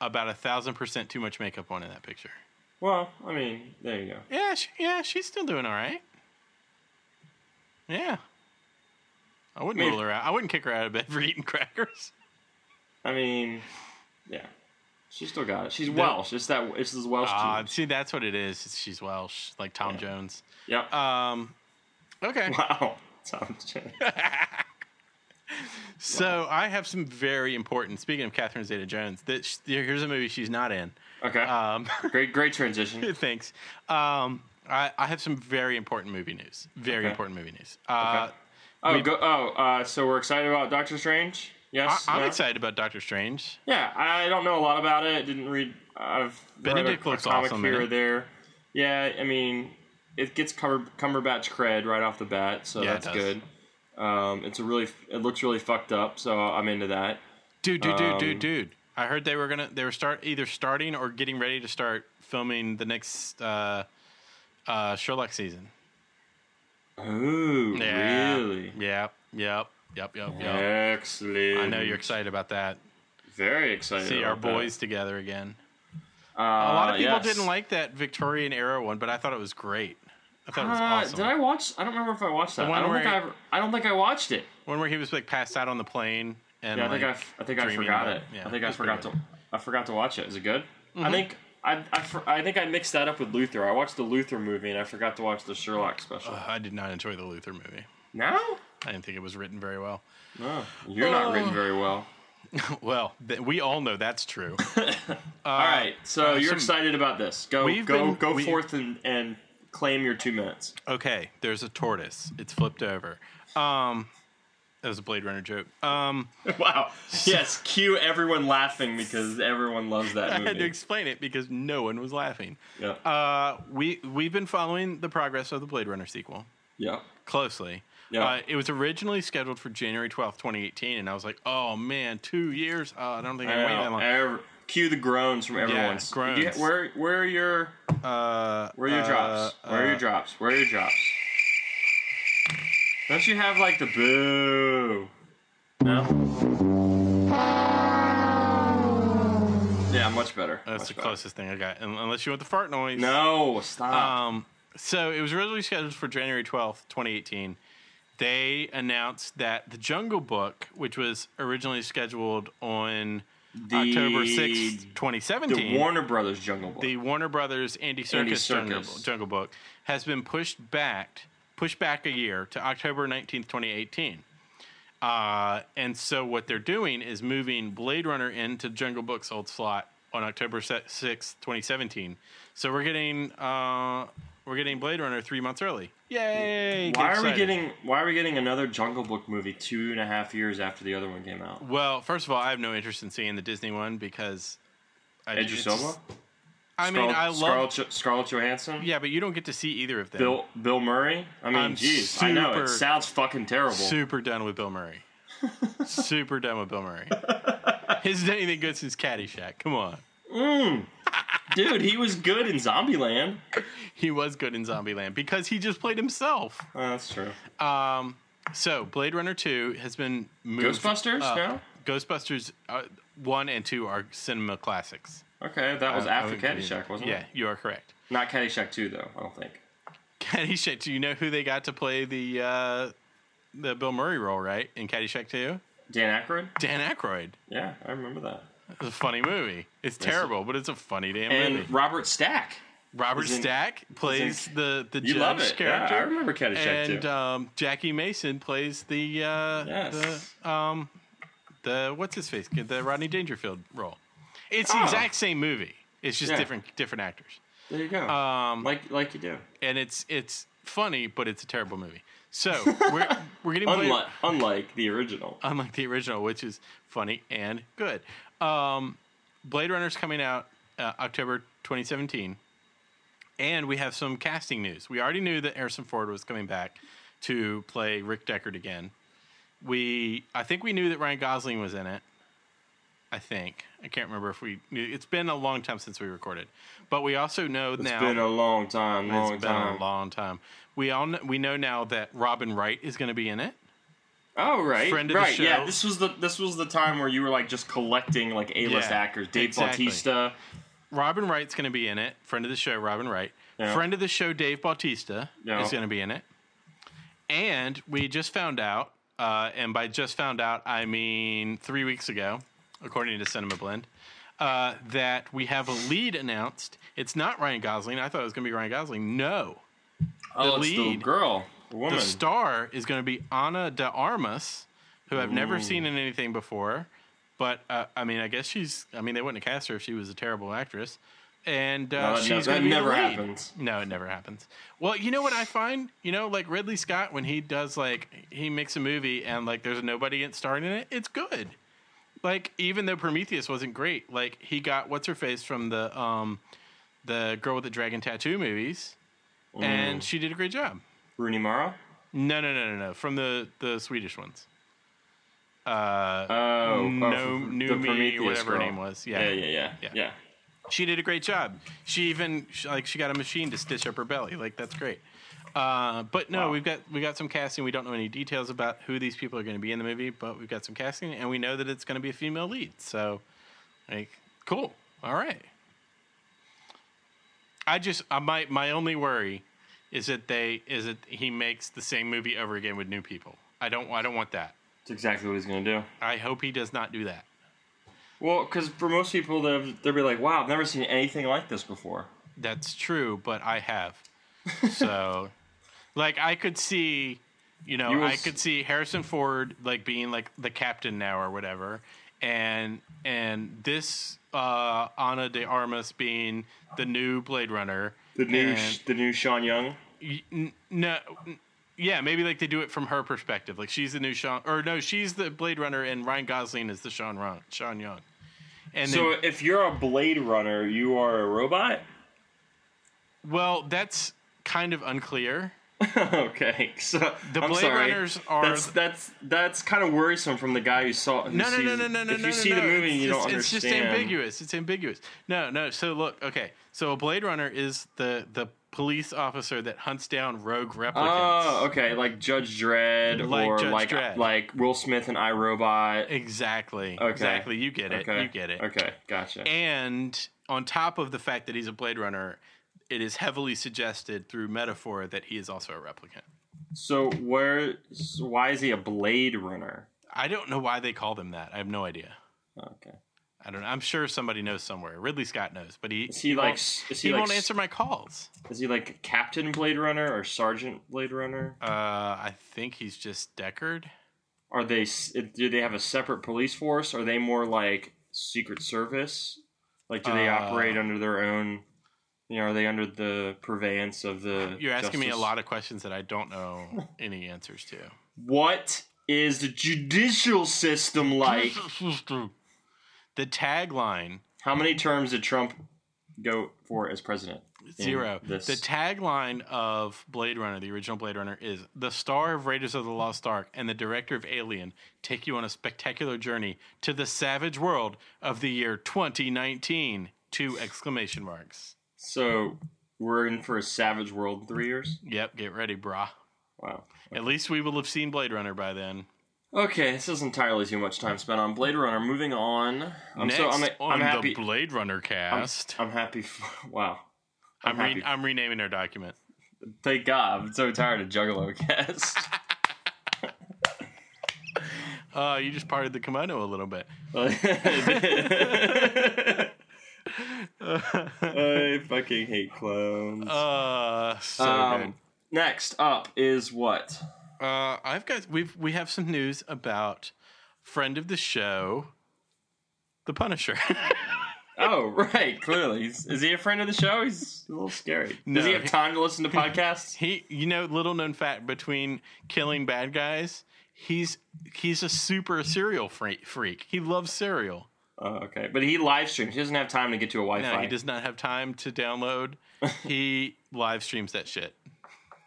A: about a thousand percent too much makeup on in that picture.
B: Well, I mean, there you go.
A: Yeah, she, yeah, she's still doing all right. Yeah, I wouldn't
B: Maybe-
A: rule her out. I wouldn't kick her out of bed for eating crackers.
B: I mean, yeah, she still got it. She's Welsh. It's that. It's this Welsh.
A: Ah,
B: gene.
A: see, that's what it is. She's Welsh, like Tom Jones.
B: Yep.
A: Um, okay.
B: wow. Tom Jones.
A: So I have some very important. Speaking of Catherine Zeta-Jones, that sh- here's a movie she's not in.
B: Okay.
A: Um,
B: great, great transition.
A: thanks. Um, I, I have some very important movie news. Very
B: Okay.
A: important movie news. Uh,
B: Okay. Oh, go, oh. Uh, so we're excited about Doctor Strange. Yes.
A: I, I'm
B: No?
A: excited about Doctor Strange.
B: Yeah, I don't know a lot about it. Didn't read. I've read a-
A: Benedict
B: a,
A: looks
B: comic
A: awesome in
B: here or
A: it.
B: there. Yeah, I mean, it gets Cumber, Cumberbatch cred right off the bat, so
A: Yeah, it
B: that's
A: does.
B: good. Um, it's a really. It looks really fucked up, so I'm into that.
A: Dude, dude, dude,
B: Um,
A: dude, dude. I heard they were gonna they were start either starting or getting ready to start filming the next uh, uh, Sherlock season.
B: Oh,
A: Yeah.
B: really?
A: Yep. Yep. Yep. Yep. Yep.
B: Excellent.
A: I know you're excited about that.
B: very excited.
A: See our
B: about that.
A: boys together again. A
B: Uh,
A: lot of people didn't like that Victorian era one, but I thought it was great. I thought it was awesome.
B: Uh, Did I watch? I don't remember if I watched that.
A: one
B: I don't think
A: where-
B: I. ever- I don't think I watched it.
A: One where he was like passed out on the plane and
B: Yeah, I
A: like,
B: think I. f- I think I
A: dreaming
B: forgot
A: about-
B: it.
A: yeah,
B: I think I
A: it's pretty
B: forgot
A: good. Mm-hmm.
B: to. I forgot to watch it. Is it good? I think. I, I, fr- I think I mixed that up with Luther. I watched the Luther movie and I forgot to watch the Sherlock special.
A: Ugh, I did not enjoy the Luther movie.
B: now?
A: I didn't think it was written very well.
B: No. You're not written very well.
A: Well, th- we all know that's true.
B: All right. So you're
A: Uh, some-
B: excited about this. Go
A: We've
B: go
A: been-
B: go
A: we-
B: forth and, and claim your two minutes.
A: Okay, there's a tortoise. It's flipped over. Um, that was a Blade Runner joke. Um,
B: wow. Oh, Yes. Cue everyone laughing because everyone loves that
A: I had to
B: movie.
A: explain it because no one was laughing.
B: Yeah.
A: Uh, we we've been following the progress of the Blade Runner sequel
B: yeah.
A: closely.
B: Yeah.
A: Uh, it was originally scheduled for January twelfth, twenty eighteen, and I was like, "Oh man, two years! Uh, I don't think I can wait that long."
B: Every- cue the groans from everyone.
A: Yeah, groans.
B: Do you- where where are your
A: Uh,
B: where are your
A: uh,
B: drops? Where are
A: uh,
B: your drops? Where are your drops? Don't you have like the boo? No. Yeah, much better.
A: That's
B: much
A: the
B: better.
A: closest thing I got, un- unless you want the fart noise.
B: No, stop.
A: Um, so it was originally scheduled for January 12th, 2018. They announced that The Jungle Book, which was originally scheduled on
B: the,
A: October 6th,
B: The
A: 2017,
B: Warner Brothers Jungle Book.
A: the Warner Brothers Andy Serkis,
B: Andy
A: Jungle,
B: Serkis.
A: Jungle Book has been pushed back, pushed back a year to October 19th, 2018. Uh, and so what they're doing is moving Blade Runner into Jungle Book's old slot on October se- 6th, 2017. So we're getting uh, we're getting Blade Runner three months early. Yay!
B: why
A: Get
B: are we
A: excited.
B: getting Why are we getting another Jungle Book movie two and a half years after the other one came out?
A: Well, first of all, I have no interest in seeing the Disney one because I
B: Edge
A: it's-
B: Silva.
A: I mean, I love.
B: Scarlett, Jo- Scarlett Johansson.
A: yeah, but you don't get to see either of them.
B: Bill Bill Murray. I mean,
A: I'm
B: jeez, I know
A: super-
B: it sounds fucking terrible.
A: super done with Bill Murray. Super dumb of Bill Murray. His anything good since Caddyshack. Come on.
B: Dude, he was good in Zombieland.
A: He was good in Zombieland because he just played himself.
B: Oh, that's true.
A: Um, so Blade Runner Two has been moved.
B: Ghostbusters?
A: up.
B: No?
A: Ghostbusters uh, One and Two are cinema classics.
B: Okay, that was
A: I- I
B: after
A: would agree.
B: Caddyshack, wasn't
A: yeah,
B: it?
A: you are correct.
B: Not Caddyshack 2, though, I don't think.
A: Caddyshack. Do you know who they got to play the uh, the Bill Murray role? Right in Caddyshack Two,
B: Dan Aykroyd?
A: Dan Aykroyd.
B: Yeah, I remember that.
A: It's a funny movie. It's terrible, but it's a funny damn
B: And
A: movie.
B: Robert Stack.
A: Robert
B: is in-
A: Stack plays the the
B: You
A: judge
B: love it.
A: character.
B: Yeah, I remember Caddyshack
A: and
B: 2.
A: um, Jackie Mason plays the uh,
B: Yes.
A: the um, the what's his face the Rodney Dangerfield role. It's the
B: Oh.
A: exact same movie. It's just
B: Yeah.
A: different different actors,
B: there you go.
A: um,
B: like like you do.
A: and it's it's funny, but it's a terrible movie. So we're we're getting Blade-
B: Unlike, unlike the original.
A: unlike the original, which is funny and good. Um, Blade Runner's coming out uh, October 2017, and we have some casting news. We already knew that Harrison Ford was coming back to play Rick Deckard again. We, I think we knew that Ryan Gosling was in it. I think I can't remember if we knew. It's been a long time since we recorded, but we also know
B: It's
A: now.
B: been a long time, long
A: it's been
B: time.
A: a long time. We all know, we know now that Robin Wright is going to be in it.
B: Oh right,
A: Friend of the
B: right.
A: show.
B: Yeah, this was the this was the time where you were like just collecting like A list
A: Yeah,
B: actors, Dave
A: exactly.
B: Bautista.
A: Robin Wright's going to be in it. Friend of the show, Robin Wright.
B: Yeah.
A: Friend of the show, Dave Bautista
B: Yeah.
A: is going to be in it. And we just found out, uh, and by just found out, I mean three weeks ago, according to Cinema Blend, uh, that we have a lead announced. It's not Ryan Gosling. I thought it was going to be Ryan Gosling. No,
B: Oh, it's the
A: lead.
B: girl, the woman.
A: the star is going to be Ana de Armas, who I've never seen in anything before. But uh, I mean, I guess she's. I mean, they wouldn't have cast her if she was a terrible actress. And uh,
B: No, that
A: she's
B: ne-
A: going
B: that
A: to be the
B: never
A: lead.
B: happens.
A: No, it never happens. Well, you know what I find? You know, like Ridley Scott when he does like he makes a movie and like there's nobody in- starring in it, it's good. Like even though Prometheus wasn't great, like he got what's her face from the um the girl with the dragon tattoo movies, and she did a great job.
B: Rooney Mara.
A: No, no, no, no, no. From the the Swedish ones.
B: Oh, oh,
A: No-
B: the
A: New Me,
B: Prometheus
A: whatever her
B: girl.
A: name was. Yeah.
B: yeah, yeah, yeah,
A: Yeah.
B: yeah.
A: She did a great job. She even she, like she got a machine to stitch up her belly. Like that's great. Uh, but no,
B: Wow.
A: we've got we got some casting. We don't know any details about who these people are going to be in the movie, but we've got some casting, and we know that it's going to be a female lead. So, like, cool. All right. I just I my my only worry is that they is that he makes the same movie over again with new people. I don't I don't want that.
B: It's exactly what he's gonna do.
A: I hope he does not do that.
B: Well, because for most people, they'll, they'll be like, "Wow, I've never seen anything like this before."
A: That's true, but I have. So, like, I could see, you know,
B: You will
A: I
B: s-
A: could see Harrison Ford like being like the captain now or whatever, and and this uh Ana de Armas being the new Blade Runner.
B: The new,
A: and-
B: the new Sean Young.
A: y- n- no. n- Yeah, maybe like they do it from her perspective. Like she's the new Sean, or no, she's the Blade Runner, and Ryan Gosling is the Sean Ron, Sean Young. And
B: So
A: then,
B: if you're a Blade Runner, you are a robot.
A: well, that's kind of unclear.
B: okay, so
A: The
B: I'm
A: Blade
B: sorry.
A: Runners are-
B: that's that's that's kind of worrisome from the guy who saw. Who
A: No, no,
B: sees,
A: no, no, no, no.
B: If you
A: no,
B: see
A: no,
B: the
A: no.
B: movie and
A: it's
B: you
A: just,
B: don't
A: it's
B: understand,
A: just ambiguous. It's ambiguous. No, no. So look, okay. So a Blade Runner is the the police officer that hunts down rogue replicants.
B: Oh, okay, like Judge Dredd
A: Like
B: or
A: Judge
B: like
A: Dredd.
B: like Will Smith and iRobot.
A: Exactly.
B: Okay.
A: Exactly. You get it.
B: Okay,
A: You get it.
B: Okay, gotcha.
A: And on top of the fact that he's a Blade Runner, it is heavily suggested through metaphor that he is also a replicant.
B: so where? So why is he a Blade Runner?
A: I don't know why they call them that. I have no idea.
B: Okay.
A: I don't. I'm sure somebody knows somewhere. Ridley Scott knows, but he
B: Is he, like?
A: won't-
B: s- Is
A: he
B: he, like?
A: won't
B: s-
A: answer my calls.
B: Is he like Captain Blade Runner or Sergeant Blade Runner?
A: Uh, I think he's just Deckard.
B: Are they? s- Do they have a separate police force? Are they more like Secret Service? Like, do they
A: Uh,
B: operate under their own? You know, are they under the purveyance of the?
A: You're asking me a
B: justice-
A: lot of questions that I don't know any answers to.
B: What is the judicial system like?
A: The tagline
B: How many terms did Trump go for as president? in
A: Zero.
B: This.
A: The tagline of Blade Runner, the original Blade Runner, is the star of Raiders of the Lost Ark and the director of Alien take you on a spectacular journey to the savage world of the year 2019. Two exclamation marks.
B: so we're in for a savage world in three years.
A: Yep, get ready, brah.
B: Wow.
A: At least we will have seen Blade Runner by then.
B: Okay, this is entirely too much time spent on Blade Runner. Moving on. I'm
A: Next
B: so I'm,
A: on
B: I'm happy.
A: the Blade Runner cast,
B: I'm happy. f wow.
A: I'm,
B: I'm
A: re-
B: happy.
A: I'm renaming our document.
B: Thank God. I'm so tired of Juggalo cast.
A: Uh, you just parted the kimono a little bit.
B: I fucking hate clowns.
A: Uh, so good.
B: um, next up is what?
A: Uh, I've got we've we have some news about friend of the show, the Punisher.
B: Oh, right. Clearly, He's- is he a friend of the show? He's a little scary.
A: No,
B: Does he have
A: he-
B: time to listen to podcasts?
A: he, you know, little known fact between killing bad guys, he's he's a super serial freak. freak. He loves cereal.
B: Oh, okay, but he live streams. He doesn't have time to get to a Wi-Fi.
A: No, he does not have time to download. He live streams that shit.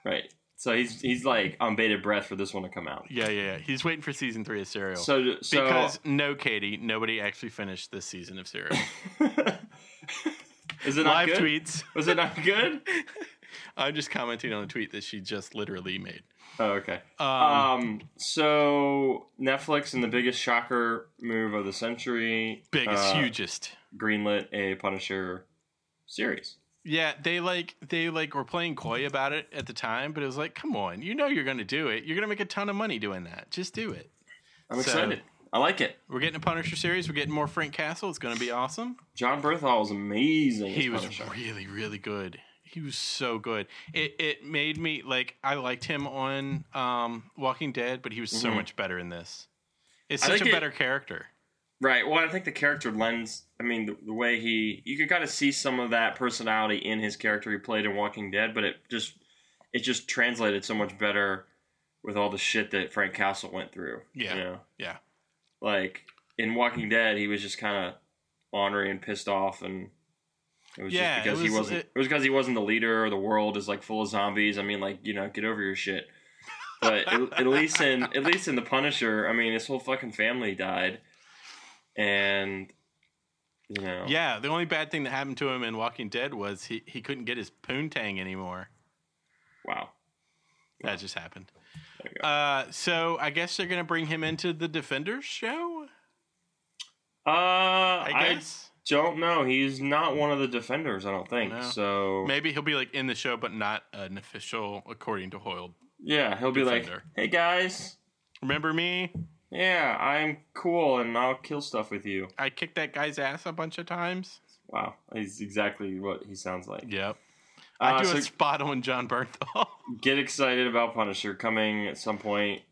B: Right. So he's he's like on bated breath for this one to come out.
A: Yeah, yeah, yeah. He's waiting for season three of Serial.
B: So so
A: because no, Katie, nobody actually finished this season of Serial.
B: is it not
A: Live
B: good?
A: tweets.
B: Was it not good?
A: I'm just commenting on a tweet that she just literally made.
B: Oh, okay. Um, so Netflix and the biggest shocker move of the century,
A: Biggest,
B: uh,
A: hugest.
B: greenlit a Punisher series.
A: Yeah, they like they like were playing coy about it at the time, but it was like, come on, you know you're going to do it. You're going to make a ton of money doing that. Just do it.
B: I'm
A: So-
B: excited. I like it.
A: We're getting a Punisher series. We're getting more Frank Castle. It's going to be awesome.
B: John Berthal was amazing.
A: He
B: as
A: was
B: Punisher.
A: really, really good. He was so good. It it made me like I liked him on um, Walking Dead, but he was so much better in this. It's
B: I
A: such a
B: think it-
A: better character.
B: right. Well, I think the character lends. I mean, the, the way he you could kind of see some of that personality in his character he played in Walking Dead, but it just it just translated so much better with all the shit that Frank Castle went through.
A: Yeah.
B: You know?
A: Yeah.
B: like in Walking Dead, he was just kind of ornery and pissed off, and it was
A: Yeah,
B: just because
A: it
B: he
A: was-
B: wasn't. It,
A: it-
B: was because he wasn't the leader, or the world is like full of zombies. I mean, like you know, get over your shit. But at, at least in at least in the Punisher, I mean, his whole fucking family died, and you know,
A: Yeah, the only bad thing that happened to him in Walking Dead was he, he couldn't get his poontang anymore.
B: wow,
A: That just happened.
B: There you go.
A: Uh, so I guess they're gonna bring him into the Defenders show.
B: Uh,
A: I
B: I,
A: guess
B: don't know. He's not one of the defenders, I don't think.
A: No.
B: So
A: maybe he'll be like in the show, but not an official, according to Hoyle.
B: yeah, he'll be like,
A: Defender.
B: "Hey guys,
A: Remember me?
B: yeah, I'm cool, and I'll kill stuff with you."
A: I kicked that guy's ass a bunch of times.
B: Wow, he's exactly what he sounds like.
A: Yep, I
B: Uh,
A: do a
B: so
A: spot on John Bernthal.
B: get excited about Punisher coming at some point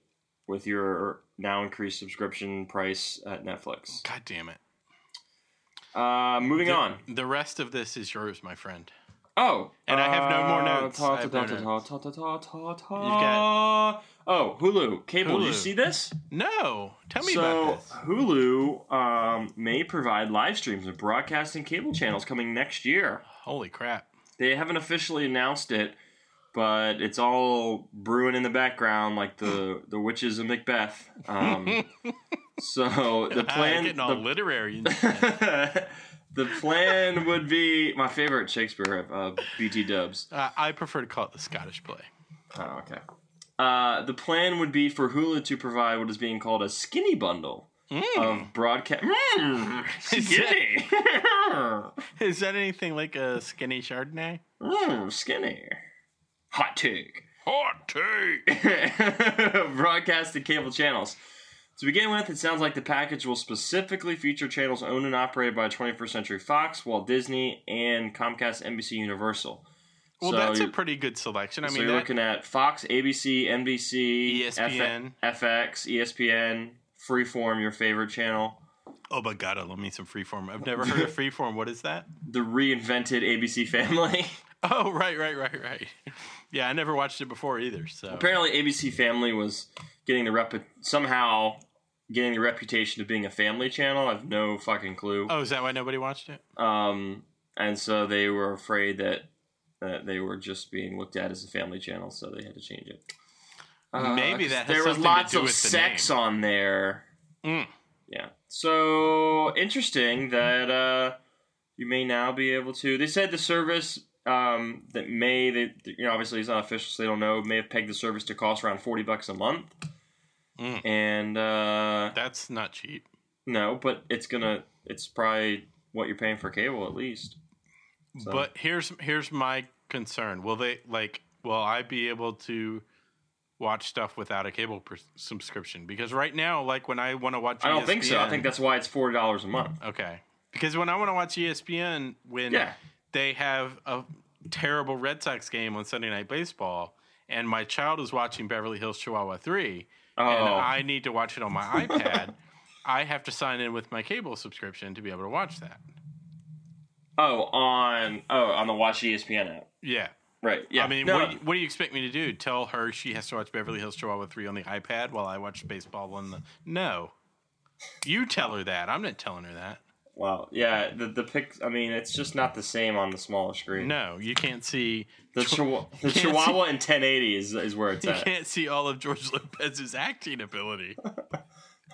B: with your now increased subscription price at Netflix.
A: God damn it!
B: Uh, moving on.
A: The rest of this is yours, my friend.
B: Oh,
A: And I have no more
B: uh,
A: notes.
B: ta-
A: I have
B: ta-
A: no
B: ta-
A: notes.
B: ta- ta- ta- ta- ta-
A: got-
B: Oh, Hulu cable. Did you
A: Hulu.
B: see this?
A: No, tell me
B: so
A: about this.
B: Hulu um, may provide live streams of broadcasting cable channels coming next year.
A: Holy crap!
B: They haven't officially announced it, but it's all brewing in the background, like the the witches of Macbeth. Um, so the
A: Ah,
B: plan,
A: getting all
B: the,
A: literary.
B: the plan would be my favorite Shakespeare uh, BT Dubs.
A: uh, I prefer to call it the Scottish play.
B: Oh, okay. Uh, the plan would be for Hulu to provide what is being called a skinny bundle
A: Mm.
B: of broadcast. Mm, skinny.
A: Is that anything like a skinny Chardonnay?
B: Mm, skinny. Hot take.
A: Hot tea.
B: broadcast to cable channels. To begin with, it sounds like the package will specifically feature channels owned and operated by 21st Century Fox, Walt Disney, and Comcast NBC Universal.
A: Well,
B: So
A: that's a
B: you're-
A: pretty good selection. I
B: so
A: mean,
B: you're
A: that- E
B: looking at Fox, ABC, NBC,
A: ESPN.
B: F- E FX, ESPN, Freeform, your favorite channel,
A: oh my god, I love me some Freeform. I've never heard of Freeform. What is that?
B: the reinvented ABC Family.
A: Oh, right, right, right, right. Yeah, I never watched it before either. So
B: Apparently, ABC Family was getting the rep somehow getting the reputation of being a family channel. I've no fucking clue.
A: oh, is that why nobody watched it?
B: Um, and so they were afraid that that they were just being looked at as a family channel, so they had to change it. Uh,
A: Maybe that
B: 'cause
A: has
B: there was
A: something to
B: lots
A: do
B: of
A: with the
B: sex
A: name.
B: on there.
A: Mm.
B: Yeah. So interesting that uh, you may now be able to. They said the service um, that may they you know obviously it's not official, so they don't know. May have pegged the service to cost around forty bucks a month.
A: Mm.
B: And uh,
A: That's not cheap.
B: no, but it's gonna. It's probably what you're paying for cable at least. So-
A: But here's here's my concern. Will they like? Will I be able to watch stuff without a cable pers- subscription? Because right now, like when I want to watch, E
B: I don't think so. I think that's why it's forty dollars a month.
A: okay. Because when I want to watch E ESPN, when
B: Yeah.
A: they have a terrible Red Sox game on Sunday Night Baseball, and my child is watching Beverly Hills Chihuahua Three,
B: Oh,
A: and I need to watch it on my iPad, I have to sign in with my cable subscription to be able to watch that.
B: oh, on oh on the Watch ESPN app.
A: Yeah.
B: Right. Yeah.
A: I mean,
B: No.
A: what, do you, what do you expect me to do? Tell her she has to watch Beverly Hills Chihuahua 3 on the iPad while I watch baseball on the. No. You tell her that. I'm not telling her that.
B: Wow. Yeah. The the pic. I mean, it's just not the same on the smaller screen.
A: No, you can't see.
B: The,
A: Chih-
B: chihu- the
A: can't see-
B: Chihuahua in 1080 is, is where it's
A: you
B: at.
A: can't see all of George Lopez's acting ability.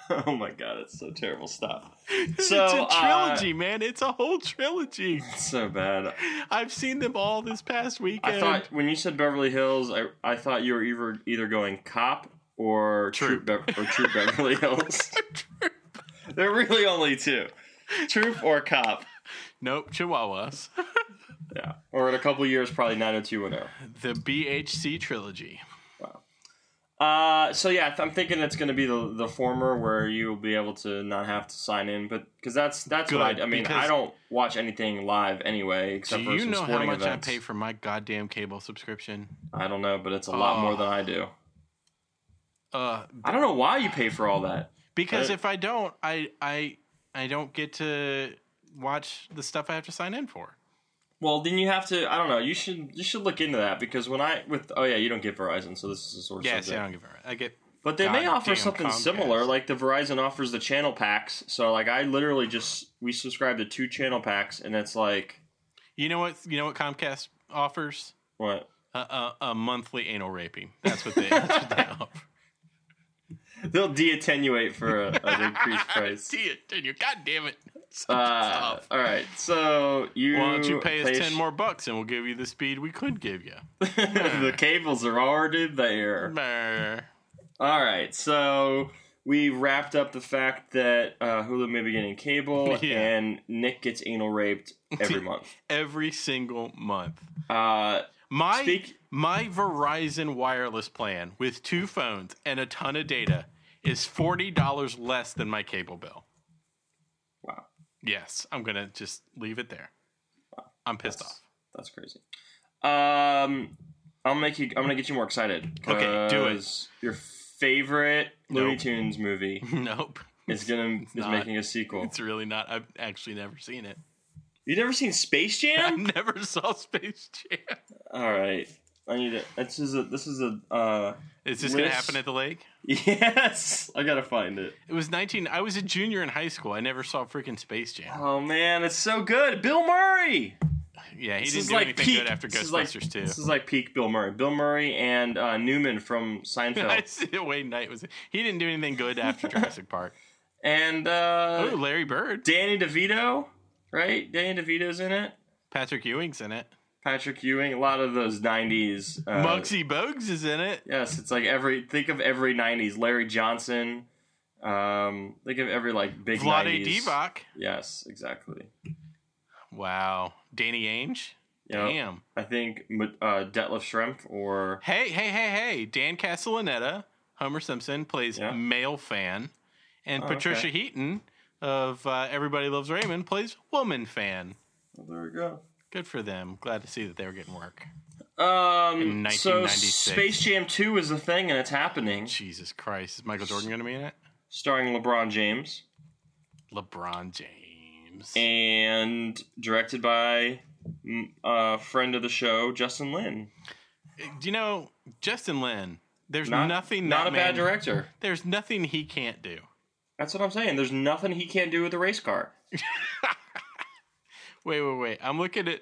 B: Oh my god, it's so terrible stuff.
A: it's
B: So,
A: a
B: uh,
A: trilogy, man. It's a whole trilogy.
B: It's so bad.
A: I've seen them all this past weekend.
B: I thought when you said Beverly Hills, I, I thought you were either either going cop or troop,
A: Troop.
B: Bev- or troop Beverly Hills. There are really only two, troop or cop.
A: nope, Chihuahuas.
B: Yeah. Or in a couple years, probably 90210.
A: The BHC trilogy.
B: Uh, so yeah, I'm thinking it's going to be the the former where you'll be able to not have to sign in, but because that's that's what
A: Good,
B: I, I mean. I
A: because-
B: don't watch anything live anyway,
A: Do
B: except for
A: you
B: some
A: know how
B: sporting
A: much
B: events.
A: I pay for my goddamn cable subscription?
B: I don't know, but it's a lot more
A: Oh.
B: than I do.
A: Uh,
B: I don't know why you pay for all that.
A: because
B: Uh,
A: if I don't, I I I don't get to watch the stuff I have to sign in for.
B: Well, then you have to. I don't know. You should you should look into that because when I with oh yeah, you don't get Verizon, so this is a source.
A: Yes, I
B: subject.
A: don't give a I get
B: But they may
A: God
B: offer
A: damn
B: something
A: Comcast.
B: similar, like the Verizon offers the channel packs. So like I literally just we subscribe to two channel packs, and it's like
A: you know what you know what Comcast offers
B: what
A: a, a, a monthly anal raping. That's what they, that's what they offer.
B: they'll de-attenuate for a, an increased price.
A: See it, dude. You God damn it.
B: Uh,
A: Stop.
B: all right, so you
A: Why don't you pay us
B: place-
A: ten more bucks and we'll give you the speed we could give you?
B: the cables are already there.
A: Brr.
B: All right, so we wrapped up the fact that uh, Hulu may be getting cable,
A: Yeah.
B: and Nick gets anal raped every month.
A: Every single month.
B: Uh,
A: My
B: Speak-
A: my Verizon wireless plan with two phones and a ton of data is forty dollars less than my cable bill.
B: wow,
A: Yes, I'm gonna just leave it there. I'm pissed off.
B: that's crazy. Um, I'll make you. I'm gonna get you more excited.
A: Okay, do it.
B: 'cause Your favorite Looney
A: Nope.
B: Tunes movie
A: Nope,
B: is gonna is
A: not.
B: making a sequel.
A: it's really not. I've actually never seen it.
B: You never seen Space
A: I
B: Jam?
A: never saw Space Jam.
B: All right, I need it. This is a. This is a. Uh,
A: Is this gonna
B: Liz-
A: happen at the lake?
B: yes, I gotta find it.
A: It was 19. I was a junior in high school. I never saw freaking Space Jam.
B: Oh man, it's so good. Bill Murray.
A: Yeah, he
B: This
A: didn't
B: is
A: do
B: like
A: anything
B: peak.
A: good after
B: this is like-
A: Ghostbusters too.
B: This is like peak Bill Murray. Bill Murray and uh, Newman from
A: I
B: Seinfeld.
A: see Wayne Knight was. He didn't do anything good after Jurassic Park.
B: and
A: Oh,
B: uh,
A: Larry Bird.
B: Danny DeVito, right? Danny DeVito's in it.
A: Patrick Ewing's in it.
B: Patrick Ewing. A lot of those '90s. Uh,
A: Muggsy Bogues is in it.
B: Yes, it's like every. Think of every '90s. Larry Johnson. Um, think of every like big
A: Vlade
B: 90s.
A: Divac.
B: Yes, exactly.
A: Wow. Danny Ainge.
B: Yeah.
A: Damn.
B: I think uh, Detlef Schrempf or
A: Hey, hey, hey, hey. Dan Castellaneta, Homer Simpson, plays
B: Yeah.
A: male fan. And
B: Oh,
A: Patricia
B: okay.
A: Heaton of uh, Everybody Loves Raymond plays woman fan.
B: well, oh, there we go.
A: Good for them. Glad to see that they were getting work.
B: Um,
A: In
B: so
A: 1996.
B: Space Jam 2 is a thing and it's happening,
A: Jesus Christ. Is Michael Jordan going to be in it?
B: starring LeBron James
A: LeBron James.
B: and directed by mm, a friend of the show, Justin Lin.
A: Eh, Do you know, Justin Lin, there's
B: Not,
A: nothing
B: not
A: that
B: a bad
A: man-
B: director.
A: There's nothing he can't do.
B: That's what I'm saying. There's nothing he can't do with a race car.
A: Wait, wait, wait. I'm looking at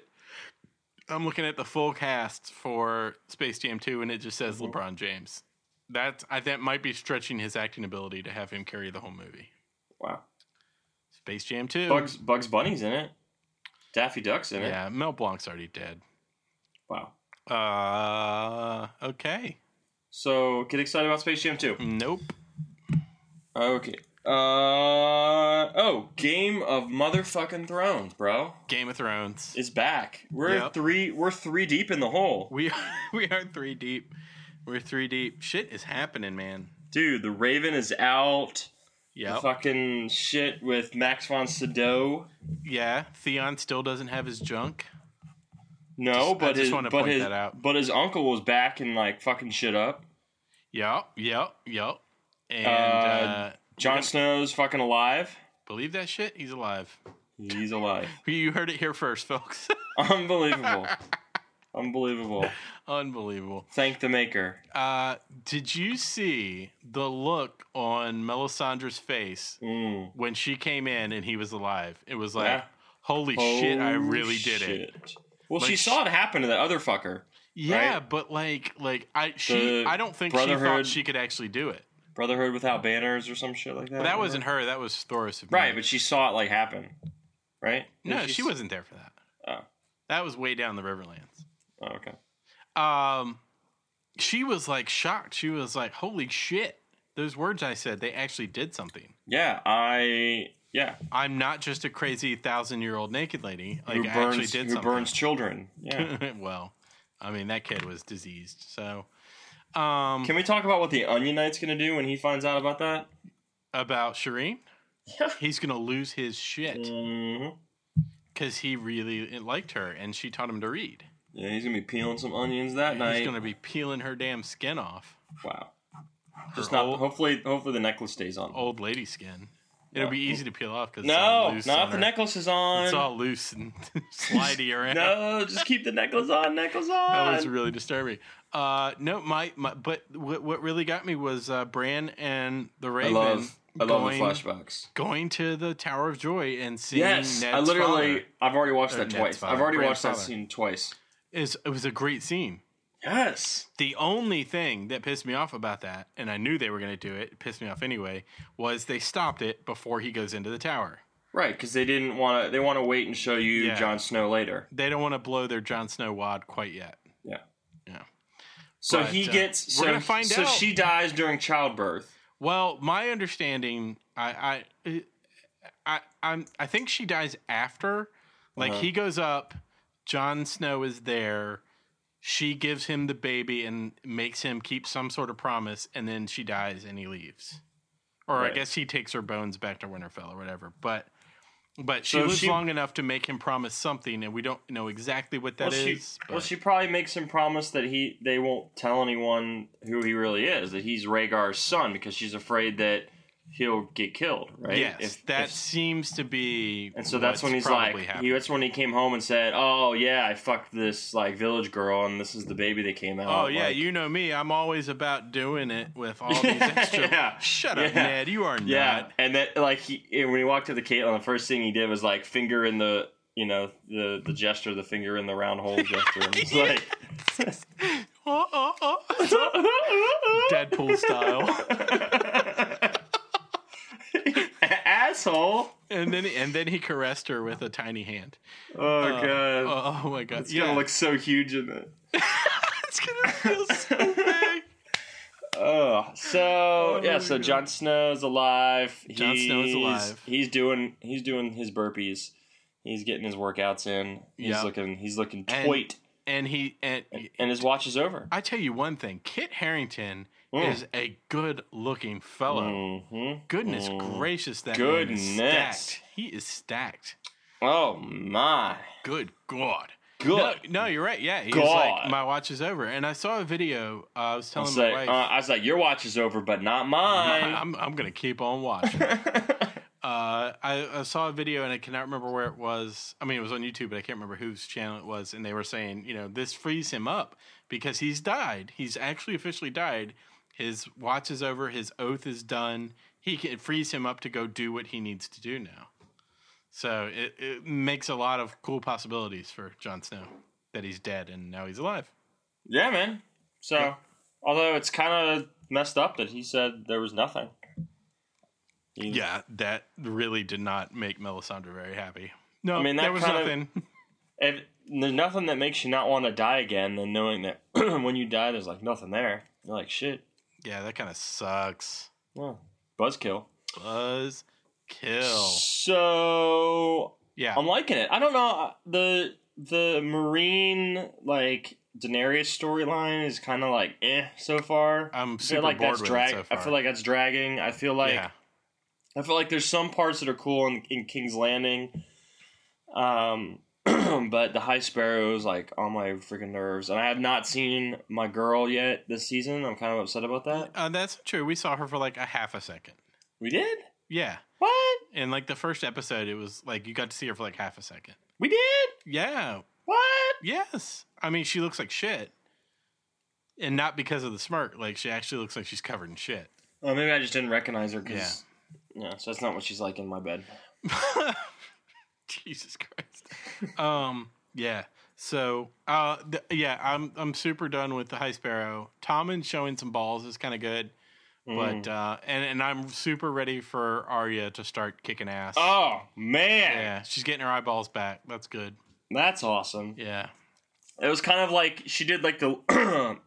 A: I'm looking at the full cast for Space Jam 2 and it just says
B: Mm-hmm.
A: LeBron James. That's I that might be stretching his acting ability to have him carry the whole movie.
B: Wow.
A: Space Jam 2.
B: Bugs Bugs Bunny's in it. Daffy Duck's in it.
A: yeah, Mel Blanc's already dead.
B: Wow.
A: Uh okay.
B: So get excited about Space Jam 2.
A: Nope.
B: Okay. Uh oh, Game of Motherfucking Thrones, bro.
A: Game of Thrones.
B: Is back. We're
A: Yep.
B: three we're three deep in the hole.
A: We are, we are 3 deep. We're 3 deep. Shit is happening, man.
B: Dude, the Raven is out. The
A: Yeah.
B: fucking shit with Max von Sydow.
A: Yeah, Theon still doesn't have his junk.
B: No,
A: I
B: but
A: just
B: his
A: wanna
B: but
A: point
B: his
A: that out.
B: but his uncle was back and like fucking shit up.
A: Yep, yep, yep. And
B: Uh,
A: uh,
B: Jon Snow's fucking alive.
A: believe that shit, he's alive.
B: He's alive.
A: You heard it here first, folks.
B: Unbelievable. Unbelievable.
A: Unbelievable.
B: Thank the maker.
A: Uh, did you see the look on Melisandre's face
B: Mm.
A: when she came in and he was alive? It was like,
B: Yeah.
A: holy shit, I
B: Oh,
A: really did it.
B: shit. Well,
A: Like,
B: she saw it happen to that other fucker.
A: Yeah,
B: Right?
A: but like, like I she
B: The
A: I don't think she thought
B: Brotherhood-
A: she could actually do it.
B: Brotherhood without banners or some shit like that.
A: But that wasn't her. That was Thoris. of
B: right,
A: Mead.
B: but she saw it like happen. Right?
A: no,
B: Did
A: she
B: s-
A: wasn't there for that.
B: Oh.
A: That was way down the Riverlands.
B: Oh, okay.
A: um she was like shocked she was like holy shit those words i said they actually did something
B: Yeah, I yeah.
A: i'm not just a crazy thousand year old naked lady like
B: who
A: i
B: burns
A: actually did
B: who
A: something
B: burns children? Yeah.
A: well i mean that kid was diseased so um
B: Can we talk about what the Onion Knight's gonna do when he finds out about that?
A: about shireen
B: Yeah.
A: he's gonna lose his shit
B: hmm
A: because he really liked her and she taught him to read
B: Yeah, he's gonna be peeling some onions that
A: he's
B: night.
A: gonna be peeling her damn skin off
B: Wow.
A: her
B: Just not.
A: old,
B: Hopefully, hopefully the necklace stays on.
A: old lady skin it'll be easy to peel off because
B: no, not
A: on
B: if
A: her.
B: the necklace is on.
A: It's all loose and slidey around.
B: no, just keep the necklace on. Necklace on.
A: That was really disturbing. Uh, no, my, my but what, what really got me was uh, Bran and the
B: I
A: Raven
B: love. I love
A: going,
B: the flashbacks.
A: going to the Tower of Joy and seeing
B: Yes,
A: Ned's
B: I literally.
A: father.
B: I've already watched
A: Or
B: that
A: Ned's
B: twice.
A: father,
B: I've already
A: Bran's
B: watched that
A: father.
B: scene twice.
A: It's- it was a great scene.
B: Yes.
A: The only thing that pissed me off about that, and I knew they were going to do it, it pissed me off anyway, was they stopped it before he goes into the tower.
B: Right, because they didn't want to. They want to wait and show you
A: Yeah.
B: Jon Snow later.
A: They don't want to blow their Jon Snow wad quite yet.
B: Yeah.
A: Yeah.
B: So
A: But,
B: he
A: uh,
B: gets.
A: we're
B: so,
A: gonna find
B: so
A: out.
B: she dies during childbirth.
A: Well, my understanding, I, I, I, I'm, I think she dies after. Like
B: Uh-huh.
A: he goes up, Jon Snow is there. She gives him the baby and makes him keep some sort of promise, and then she dies and he leaves. Or I
B: Right.
A: guess he takes her bones back to Winterfell or whatever. But, but she
B: So
A: lives
B: she-
A: long enough to make him promise something, and we don't know exactly what that
B: Well,
A: is.
B: she, well,
A: but-
B: she probably makes him promise that he they won't tell anyone who he really is. That he's Rhaegar's son because she's afraid that he'll get killed. Right.
A: yes,
B: If-
A: that
B: if-
A: seems to be.
B: And so
A: what's
B: that's when he's like,
A: probably happening.
B: he, that's when he came home and said, "Oh yeah, I fucked this like village girl, and this is the baby that came out."
A: Oh yeah,
B: like-
A: you know me. I'm always about doing it with all these extra.
B: Yeah.
A: Shut up,
B: Yeah.
A: Ned. You are
B: yeah."
A: not.
B: And that like he and when he walked to the Caitlyn, the first thing he did was like finger in the you know the the gesture, the finger in the round hole gesture. And he's like
A: Oh, oh, oh. Deadpool style.
B: asshole.
A: And then and then he caressed her with a tiny hand.
B: Oh god,
A: Oh, oh my god.
B: it's
A: yeah.
B: gonna look so huge in it.
A: it's gonna feel so big.
B: Oh, so
A: Oh my
B: yeah, so
A: God.
B: Jon Snow's alive.
A: Jon Snow is
B: He's-
A: alive.
B: He's doing he's doing his burpees. He's getting his workouts in. He's
A: Yeah.
B: looking he's looking
A: And-
B: toit,
A: And he and
B: and, his watch is over.
A: I tell you one thing, Kit Harrington
B: Mm.
A: is a good looking fellow.
B: hmm
A: Goodness
B: Mm.
A: gracious, that man is
B: Goodness.
A: stacked. He is stacked.
B: Oh my
A: Good God.
B: good.
A: No, no, you're right. Yeah, he's
B: God.
A: like, my watch is over. And I saw a video. Uh, I was
B: I
A: telling
B: was,
A: my
B: like,
A: wife,
B: uh, I was like, your watch is over, but not mine.
A: I'm, I'm going to keep on watching. uh, I, I saw a video and I cannot remember where it was. I mean, it was on YouTube, but I can't remember whose channel it was. And they were saying, you know, this frees him up because he's died. He's actually officially died. His watch is over. His oath is done. He can, it frees him up to go do what he needs to do now. So it, it makes a lot of cool possibilities for Jon Snow that he's dead and now he's alive.
B: Yeah, man. So, although it's kind of messed up that he said there was nothing. He-
A: Yeah, that really did not make Melisandre very happy. No,
B: I mean, that
A: there was
B: kind of-
A: nothing.
B: If there's nothing that makes you not want to die again than knowing that when you die, there's like nothing there. You're like, shit.
A: yeah, that kind of sucks.
B: Well, buzzkill.
A: Buzz kill.
B: So
A: Yeah.
B: I'm liking it. I don't know uh, the the marine like Daenerys storyline is kind of like eh so far.
A: I'm
B: I
A: super
B: feel like
A: bored
B: that's
A: with
B: drag.
A: it so
B: I
A: far.
B: feel like that's dragging. I feel like
A: yeah.
B: I feel like there's some parts that are cool in, in King's Landing, um, but the High Sparrow is like on my freaking nerves, and I have not seen my girl yet this season. I'm kind of upset about that.
A: Uh, that's true. We saw her for like a half a second.
B: We did
A: Yeah.
B: what?
A: And like the first episode, it was like you got to see her for like half a second.
B: We did
A: Yeah.
B: what?
A: Yes. I mean, she looks like shit. And not because of the smirk. Like, she actually looks like she's covered in shit.
B: Oh, maybe I just didn't recognize her. Cause, yeah. so that's not what she's like in my bed.
A: Jesus Christ. um, yeah. So, uh, th- yeah, I'm I'm super done with the High Sparrow. Tommen showing some balls is kind of good,
B: Mm.
A: but uh, and and I'm super ready for Arya to start kicking ass.
B: Oh man,
A: yeah, she's getting her eyeballs back. That's good.
B: that's awesome.
A: Yeah,
B: It was kind of like she did like the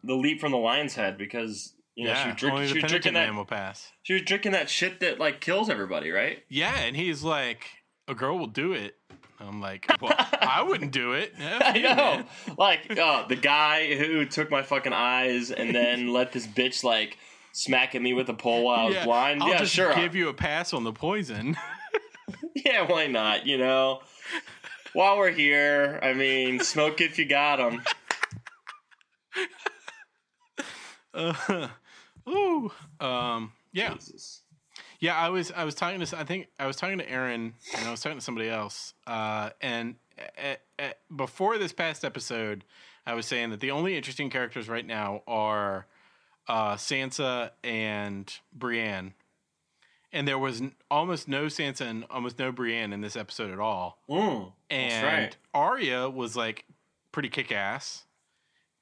B: the leap from the lion's head because you know she
A: yeah.
B: was, drink,
A: Only
B: she
A: the
B: was drinking
A: penitent
B: that
A: man will pass.
B: she was drinking that shit that like kills everybody, right?
A: Yeah, and he's like, a girl will do it. I'm like, well, I wouldn't do it. Yeah,
B: I know, like uh, the guy who took my fucking eyes and then let this bitch like smack at me with a pole while I was
A: yeah,
B: blind.
A: I'll
B: yeah,
A: just
B: sure.
A: give you a pass on the poison.
B: Yeah, why not? You know, while we're here, I mean, smoke if you got them.
A: Uh, ooh. Um, yeah, yeah. I was I was talking to I think I was talking to Aaron and I was talking to somebody else. Uh, and uh, uh, before this past episode, I was saying that the only interesting characters right now are uh, Sansa and Brienne. And there was n- almost no Sansa and almost no Brienne in this episode at all.
B: Mm,
A: And
B: right.
A: Arya was like pretty kick ass.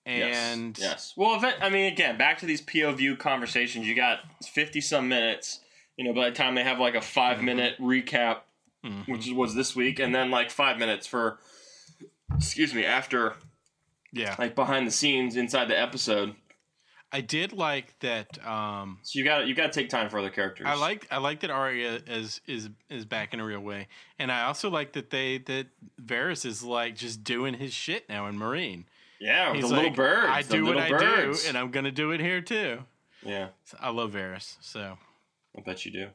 A: And
B: yes. yes. Well, event, I mean, again, back to these POV conversations. You got fifty some minutes. You know, by the time they have like a
A: Mm-hmm.
B: five minute recap,
A: Mhm.
B: which was this week, and then like five minutes for, excuse me, after
A: yeah.
B: like behind the scenes inside the episode.
A: I did like that. Um,
B: So you got you got to take time for other characters.
A: I like I like that Arya is is is back in a real way, and I also like that they that Varys is like just doing his shit now in Marine.
B: yeah, with
A: He's
B: the little
A: like,
B: birds.
A: I
B: the
A: do what
B: little
A: I
B: birds.
A: do, and I'm gonna do it here too.
B: yeah,
A: So I love Varys, so
B: I bet you do.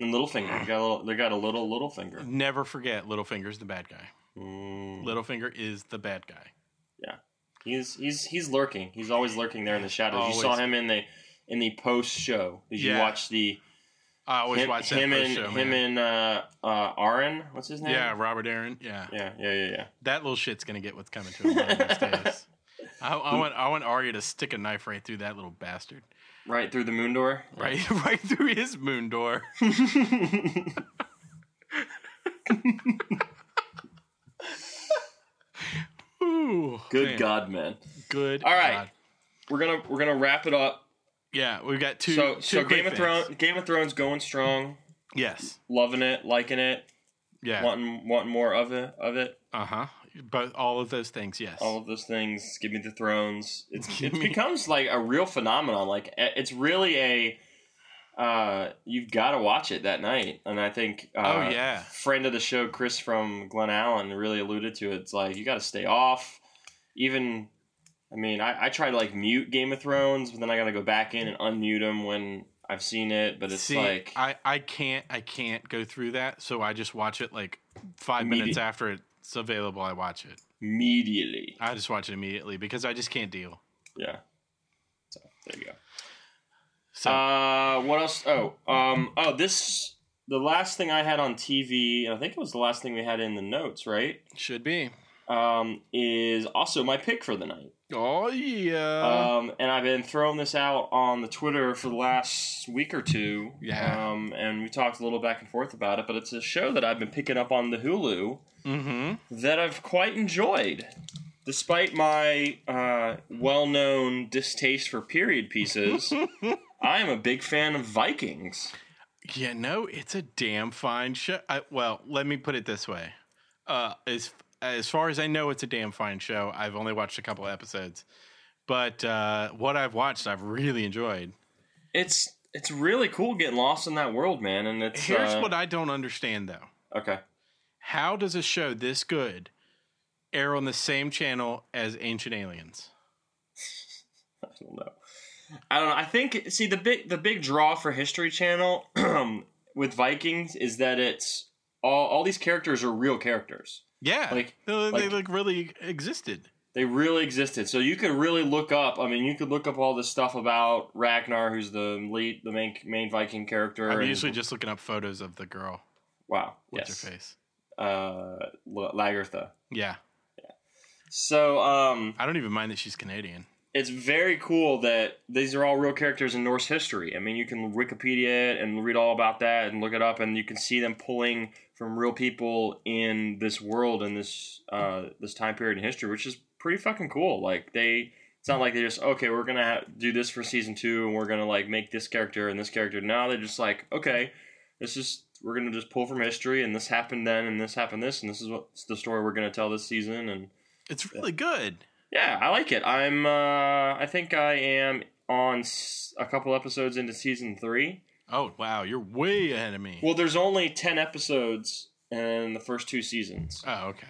B: And Littlefinger, you got a little, they got a little Littlefinger.
A: never forget Littlefinger's the bad guy.
B: Mm.
A: Littlefinger is the bad guy.
B: He's he's he's lurking. He's always lurking there in the shadows.
A: Always.
B: You saw him in the in the post show. Did you
A: Yeah.
B: watch the
A: I always
B: him,
A: watch that
B: him
A: first
B: and
A: show.
B: him
A: man.
B: and uh uh Aaron? What's his name?
A: yeah, Robert Aaron. Yeah,
B: yeah, yeah, yeah, yeah.
A: that little shit's gonna get what's coming to him one of these days. I, I want I want Arya to stick a knife right through that little bastard.
B: Right through the moon door.
A: right right through his moon door. Ooh,
B: Good
A: man.
B: God, man.
A: Good.
B: All right.
A: God.
B: We're gonna we're gonna wrap it up.
A: Yeah, we've got two.
B: so
A: two
B: so
A: quick
B: Game of
A: things.
B: Thrones Game of Thrones going strong,
A: Yes.
B: loving it, liking it,
A: Yeah.
B: wanting wanting more of it of it.
A: Uh huh. But all of those things. Yes.
B: all of those things. Give me the thrones. It's, it
A: Give me-
B: becomes like a real phenomenon. Like e- it's really a uh, you've got to watch it that night. And I think uh,
A: Oh, yeah.
B: friend of the show Chris from Glen Allen really alluded to it. It's like you got to stay off. Even I mean, I, I try to like mute Game of Thrones, but then I got to go back in and unmute them when I've seen it. But it's
A: See,
B: like
A: I I can't I can't go through that, so I just watch it like five
B: Immediate-
A: minutes after it's available. I watch it.
B: immediately.
A: I just watch it immediately because I just can't deal.
B: Yeah. So there you go.
A: So
B: Uh, what else? Oh, um, oh, this the last thing I had on TV, and I think it was the last thing we had in the notes, right?
A: should be.
B: Um, is also my pick for the night.
A: Oh yeah.
B: Um, and I've been throwing this out on the Twitter for the last week or two.
A: Yeah.
B: Um, and we talked a little back and forth about it, but it's a show that I've been picking up on the Hulu
A: mm-hmm.
B: that I've quite enjoyed, despite my uh, well-known distaste for period pieces. I am a big fan of Vikings.
A: Yeah, no, it's a damn fine show. I, well, let me put it this way: uh, as as far as I know, it's a damn fine show. I've only watched a couple episodes, but uh, what I've watched, I've really enjoyed.
B: It's it's really cool getting lost in that world, man. And it's
A: Here's
B: uh,
A: what I don't understand, though:
B: okay.
A: how does a show this good air on the same channel as Ancient Aliens?
B: I don't know. I don't know. I think see the big the big draw for History Channel with Vikings is that it's all all these characters are real characters.
A: Yeah,
B: Like-
A: they, they,
B: like-
A: like really existed.
B: They really existed. So you could really look up. I mean, you could look up all this stuff about Ragnar, who's the lead, the main main Viking character.
A: I'm
B: and-
A: usually just looking up photos of the girl.
B: wow.
A: What's
B: yes.
A: her face?
B: Uh, L- Lagertha.
A: Yeah,
B: So um,
A: I don't even mind that she's Canadian.
B: it's very cool that these are all real characters in Norse history. I mean, you can Wikipedia it and read all about that and look it up, and you can see them pulling from real people in this world and this uh, this time period in history, which is pretty fucking cool. Like they, it's not like they just okay, we're gonna ha- do this for season two, and we're gonna like make this character and this character. No, they're just like okay, this is we're gonna just pull from history, and this happened then, and this happened this, and this is what the story we're gonna tell this season, and
A: It's really good.
B: yeah, I like it. I'm. Uh, I think I am on s- a couple episodes into season three.
A: Oh wow, you're way ahead of me.
B: Well, there's only ten episodes in the first two seasons,
A: oh okay.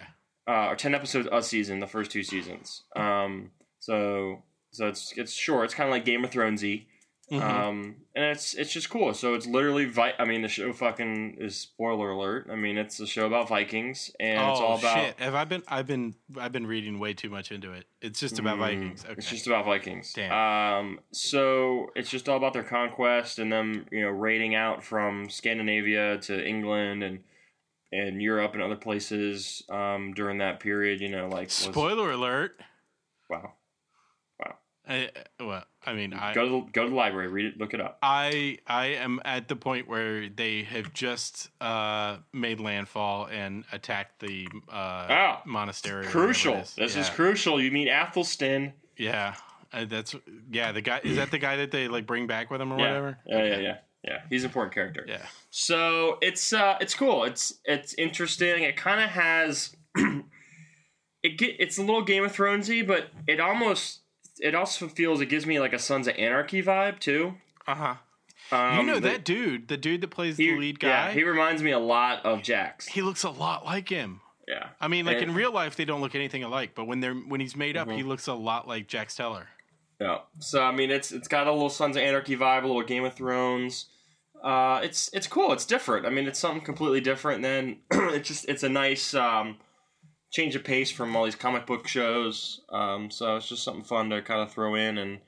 B: uh, or ten episodes a season. The first two seasons. Um, so so it's it's short. It's kind of like Game of Thronesy.
A: Mm-hmm.
B: Um, and it's it's just cool. So it's literally. Vi- I mean, the show fucking is spoiler alert. I mean, it's a show about Vikings, and
A: oh
B: it's all about.
A: shit! Have I been? I've been. I've been reading way too much into it. It's just about
B: Mm,
A: Vikings. Okay.
B: It's just about Vikings.
A: Damn.
B: Um, so it's just all about their conquest and them, you know, raiding out from Scandinavia to England and and Europe and other places um, during that period. You know, like was-
A: Spoiler alert.
B: Wow.
A: I, well, I mean, I,
B: go to the, go to the library, read it, look it up.
A: I, I am at the point where they have just uh, made landfall and attacked the uh,
B: Wow.
A: monastery. or
B: Crucial.
A: whatever it
B: This is
A: Yeah.
B: crucial. You meet Athelstan.
A: Yeah, Uh, that's yeah. The guy is that the guy that they like bring back with them or
B: Yeah.
A: whatever.
B: Yeah, yeah, yeah, yeah. He's an important character.
A: Yeah.
B: So it's uh, it's cool. It's it's interesting. It kind of has it get it's a little Game of Thronesy, but it almost it also feels it gives me like a Sons of Anarchy vibe too.
A: Uh huh.
B: Um,
A: you know
B: the-
A: that dude, the dude that plays
B: he-
A: the lead guy.
B: Yeah, he reminds me a lot of Jax.
A: he looks a lot like him.
B: Yeah,
A: I mean, like
B: And- Mm-hmm.
A: in real life, they don't look anything alike. But when they're when he's made up, he looks a lot like Jax Teller.
B: yeah. So I mean, it's it's got a little Sons of Anarchy vibe, a little Game of Thrones. Uh, it's it's cool. It's different. I mean, it's something completely different. Than it's just it's a nice um, change of pace from all these comic book shows. Um, so it's just something fun to kind of throw in, and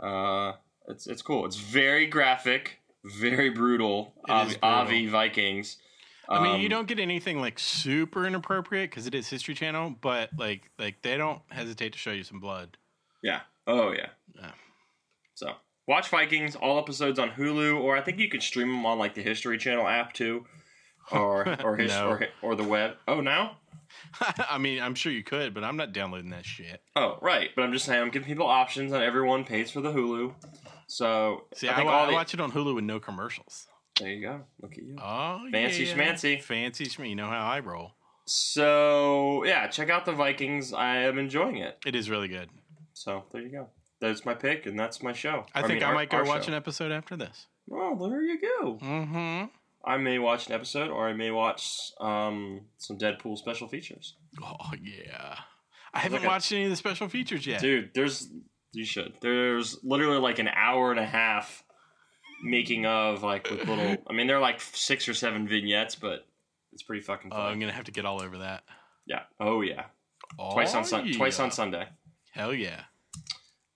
B: uh, it's it's cool. It's very graphic, very brutal.
A: It is
B: Avi, Avi Vikings.
A: I mean, you
B: Um,
A: don't get anything like super inappropriate because it is History Channel, but like like they don't hesitate to show you some blood.
B: Yeah. Oh yeah.
A: Yeah.
B: So watch Vikings all episodes on Hulu, or I think you can stream them on like the History Channel app too, or or his,
A: No.
B: or, hi- or the web. Oh now.
A: I mean, I'm sure you could, but I'm not downloading that shit.
B: Oh right, but I'm just saying I'm giving people options, and everyone pays for the Hulu. So
A: See, I,
B: think
A: wa-
B: all
A: I
B: the-
A: watch it on Hulu with no commercials.
B: There you go. Look at you.
A: Oh,
B: Fancy
A: yeah.
B: schmancy.
A: fancy schmancy. You know how I roll.
B: So yeah, check out the Vikings. I am enjoying it.
A: It is really good.
B: So there you go. That's my pick, and that's my show.
A: I, think
B: mean,
A: I
B: our-
A: might go
B: our
A: watch
B: show.
A: an episode after this.
B: Oh, there you go.
A: Mm-hmm.
B: I may watch an episode, or I may watch um, some Deadpool special features.
A: Oh yeah. I haven't
B: Look at-
A: watched any of the special features yet.
B: Dude, there's you should. There's literally like an hour and a half making of like with little. I mean, they're like six or seven vignettes, but it's pretty fucking
A: Oh, I'm
B: fun.
A: gonna have to get all over that.
B: yeah. Oh yeah. Twice
A: Oh,
B: on sun- twice
A: yeah.
B: on Sunday.
A: Hell yeah.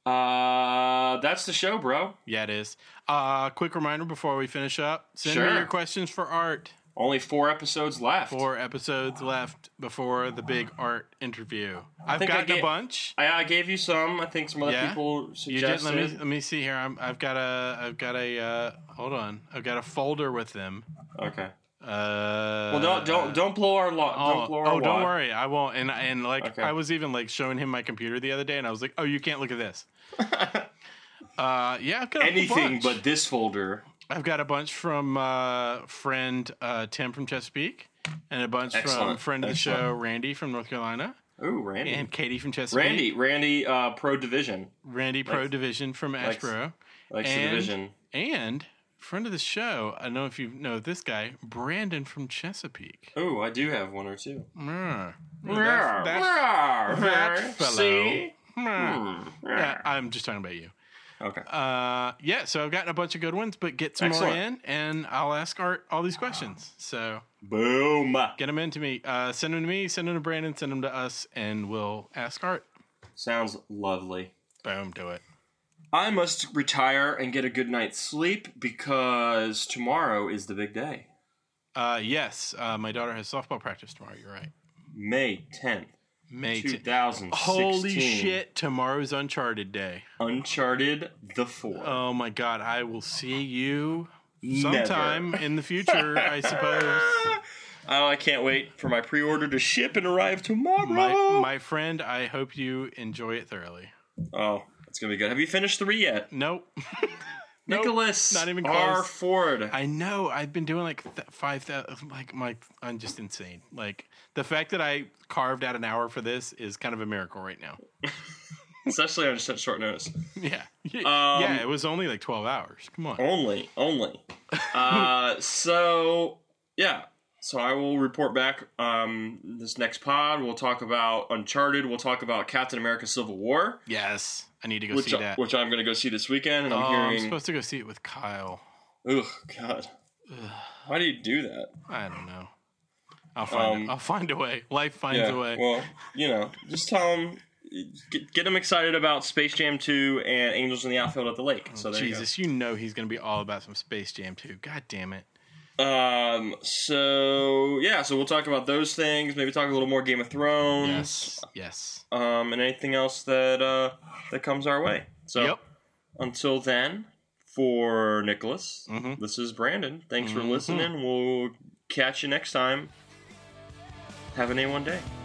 B: Uh, that's the show, bro.
A: Yeah, it is. Uh, quick reminder before we finish up send
B: Sure.
A: me your questions for art.
B: Only four episodes left.
A: Four episodes left before the big art interview. I've
B: think I
A: gotten
B: get-
A: a bunch.
B: I, I gave you some. I think some other
A: Yeah?
B: people
A: You just,
B: suggested.
A: let me let me see here. I'm, I've got a I've got a uh, hold on. I've got a folder with them.
B: okay.
A: Uh,
B: Well, don't don't don't blow our lot.
A: Oh,
B: don't blow our
A: oh, don't
B: wad.
A: worry, I won't. And and like
B: Okay.
A: I was even like showing him my computer the other day, and I was like, "Oh, you can't look at this." uh, yeah, I've got a
B: Anything
A: bunch.
B: but this folder.
A: I've got a bunch from uh, friend uh, Tim from Chesapeake, and a bunch from
B: Excellent.
A: friend of the
B: Excellent.
A: show Randy from North Carolina,
B: Ooh, Randy.
A: and Katie from Chesapeake.
B: Randy. Randy. Uh, pro division.
A: Randy Pro
B: Likes-
A: Division from
B: likes-
A: Ashboro,
B: Likes the
A: And-
B: division.
A: and friend of the show. I don't know if you know this guy, Brandon from Chesapeake.
B: Ooh, I do have one or two.
A: Mm.
B: Rawr,
A: That's- that's-
B: rawr,
A: that
B: rawr.
A: fellow.
B: See?
A: Mm.
B: Mm,
A: Yeah,
B: rawr.
A: I'm just talking about you.
B: Okay.
A: Uh, yeah, so I've gotten a bunch of good ones, but get some more in,
B: Excellent.
A: and I'll ask Art all these questions. So
B: Boom.
A: get them in to me. Uh, send them to me. Send them to Brandon. Send them to us, and we'll ask Art.
B: Sounds lovely.
A: Boom, do it.
B: I must retire and get a good night's sleep because tomorrow is the big day,
A: Uh, yes, uh, my daughter has softball practice tomorrow. You're right.
B: May tenth,
A: May.
B: two
A: t-
B: thousand.
A: Holy shit! Tomorrow's Uncharted Day.
B: Uncharted the Four.
A: Oh my god! I will see you
B: Never.
A: sometime in the future, I suppose.
B: Oh, I can't wait for my pre-order to ship and arrive tomorrow.
A: My, my friend, I hope you enjoy it thoroughly.
B: oh, that's gonna be good. Have you finished three yet,
A: Nope. Nope,
B: Nicholas?
A: not even
B: R.
A: close.
B: Ford.
A: I know. I've been doing like th- five thousand. Like my, I'm just insane. Like the fact that I carved out an hour for this is kind of a miracle right now.
B: Especially on such short notice.
A: Yeah, yeah.
B: Um, Oh.
A: yeah, it was only like twelve hours. Come on.
B: Only, only. uh, so yeah. So I will report back um, this next pod. We'll talk about Uncharted. We'll talk about Captain America: Civil War,
A: Yes, I need to go
B: which uh,
A: see that.
B: which I'm going to go see this weekend. And
A: oh,
B: I'm
A: I'm
B: hearing,
A: supposed to go see it with Kyle.
B: ugh, God, why do you do that?
A: I don't know. I'll find.
B: Um,
A: I'll find a way. Life finds
B: Yeah,
A: a way.
B: well, you know, just tell them, get, get them excited about Space Jam 2 and Angels in the Outfield at the Lake. So there you go.
A: Oh, Jesus, you know he's going to be all about some Space Jam too. God damn it.
B: Um, so yeah, so we'll talk about those things. Maybe talk a little more Game of Thrones.
A: Yes. Yes.
B: um, and anything else that uh, that comes our way. So
A: Yep.
B: until then, for Nicholas,
A: Mhm.
B: this is Brandon.
A: Mm-hmm.
B: Thanks for listening. We'll catch you next time. Have an A1 day.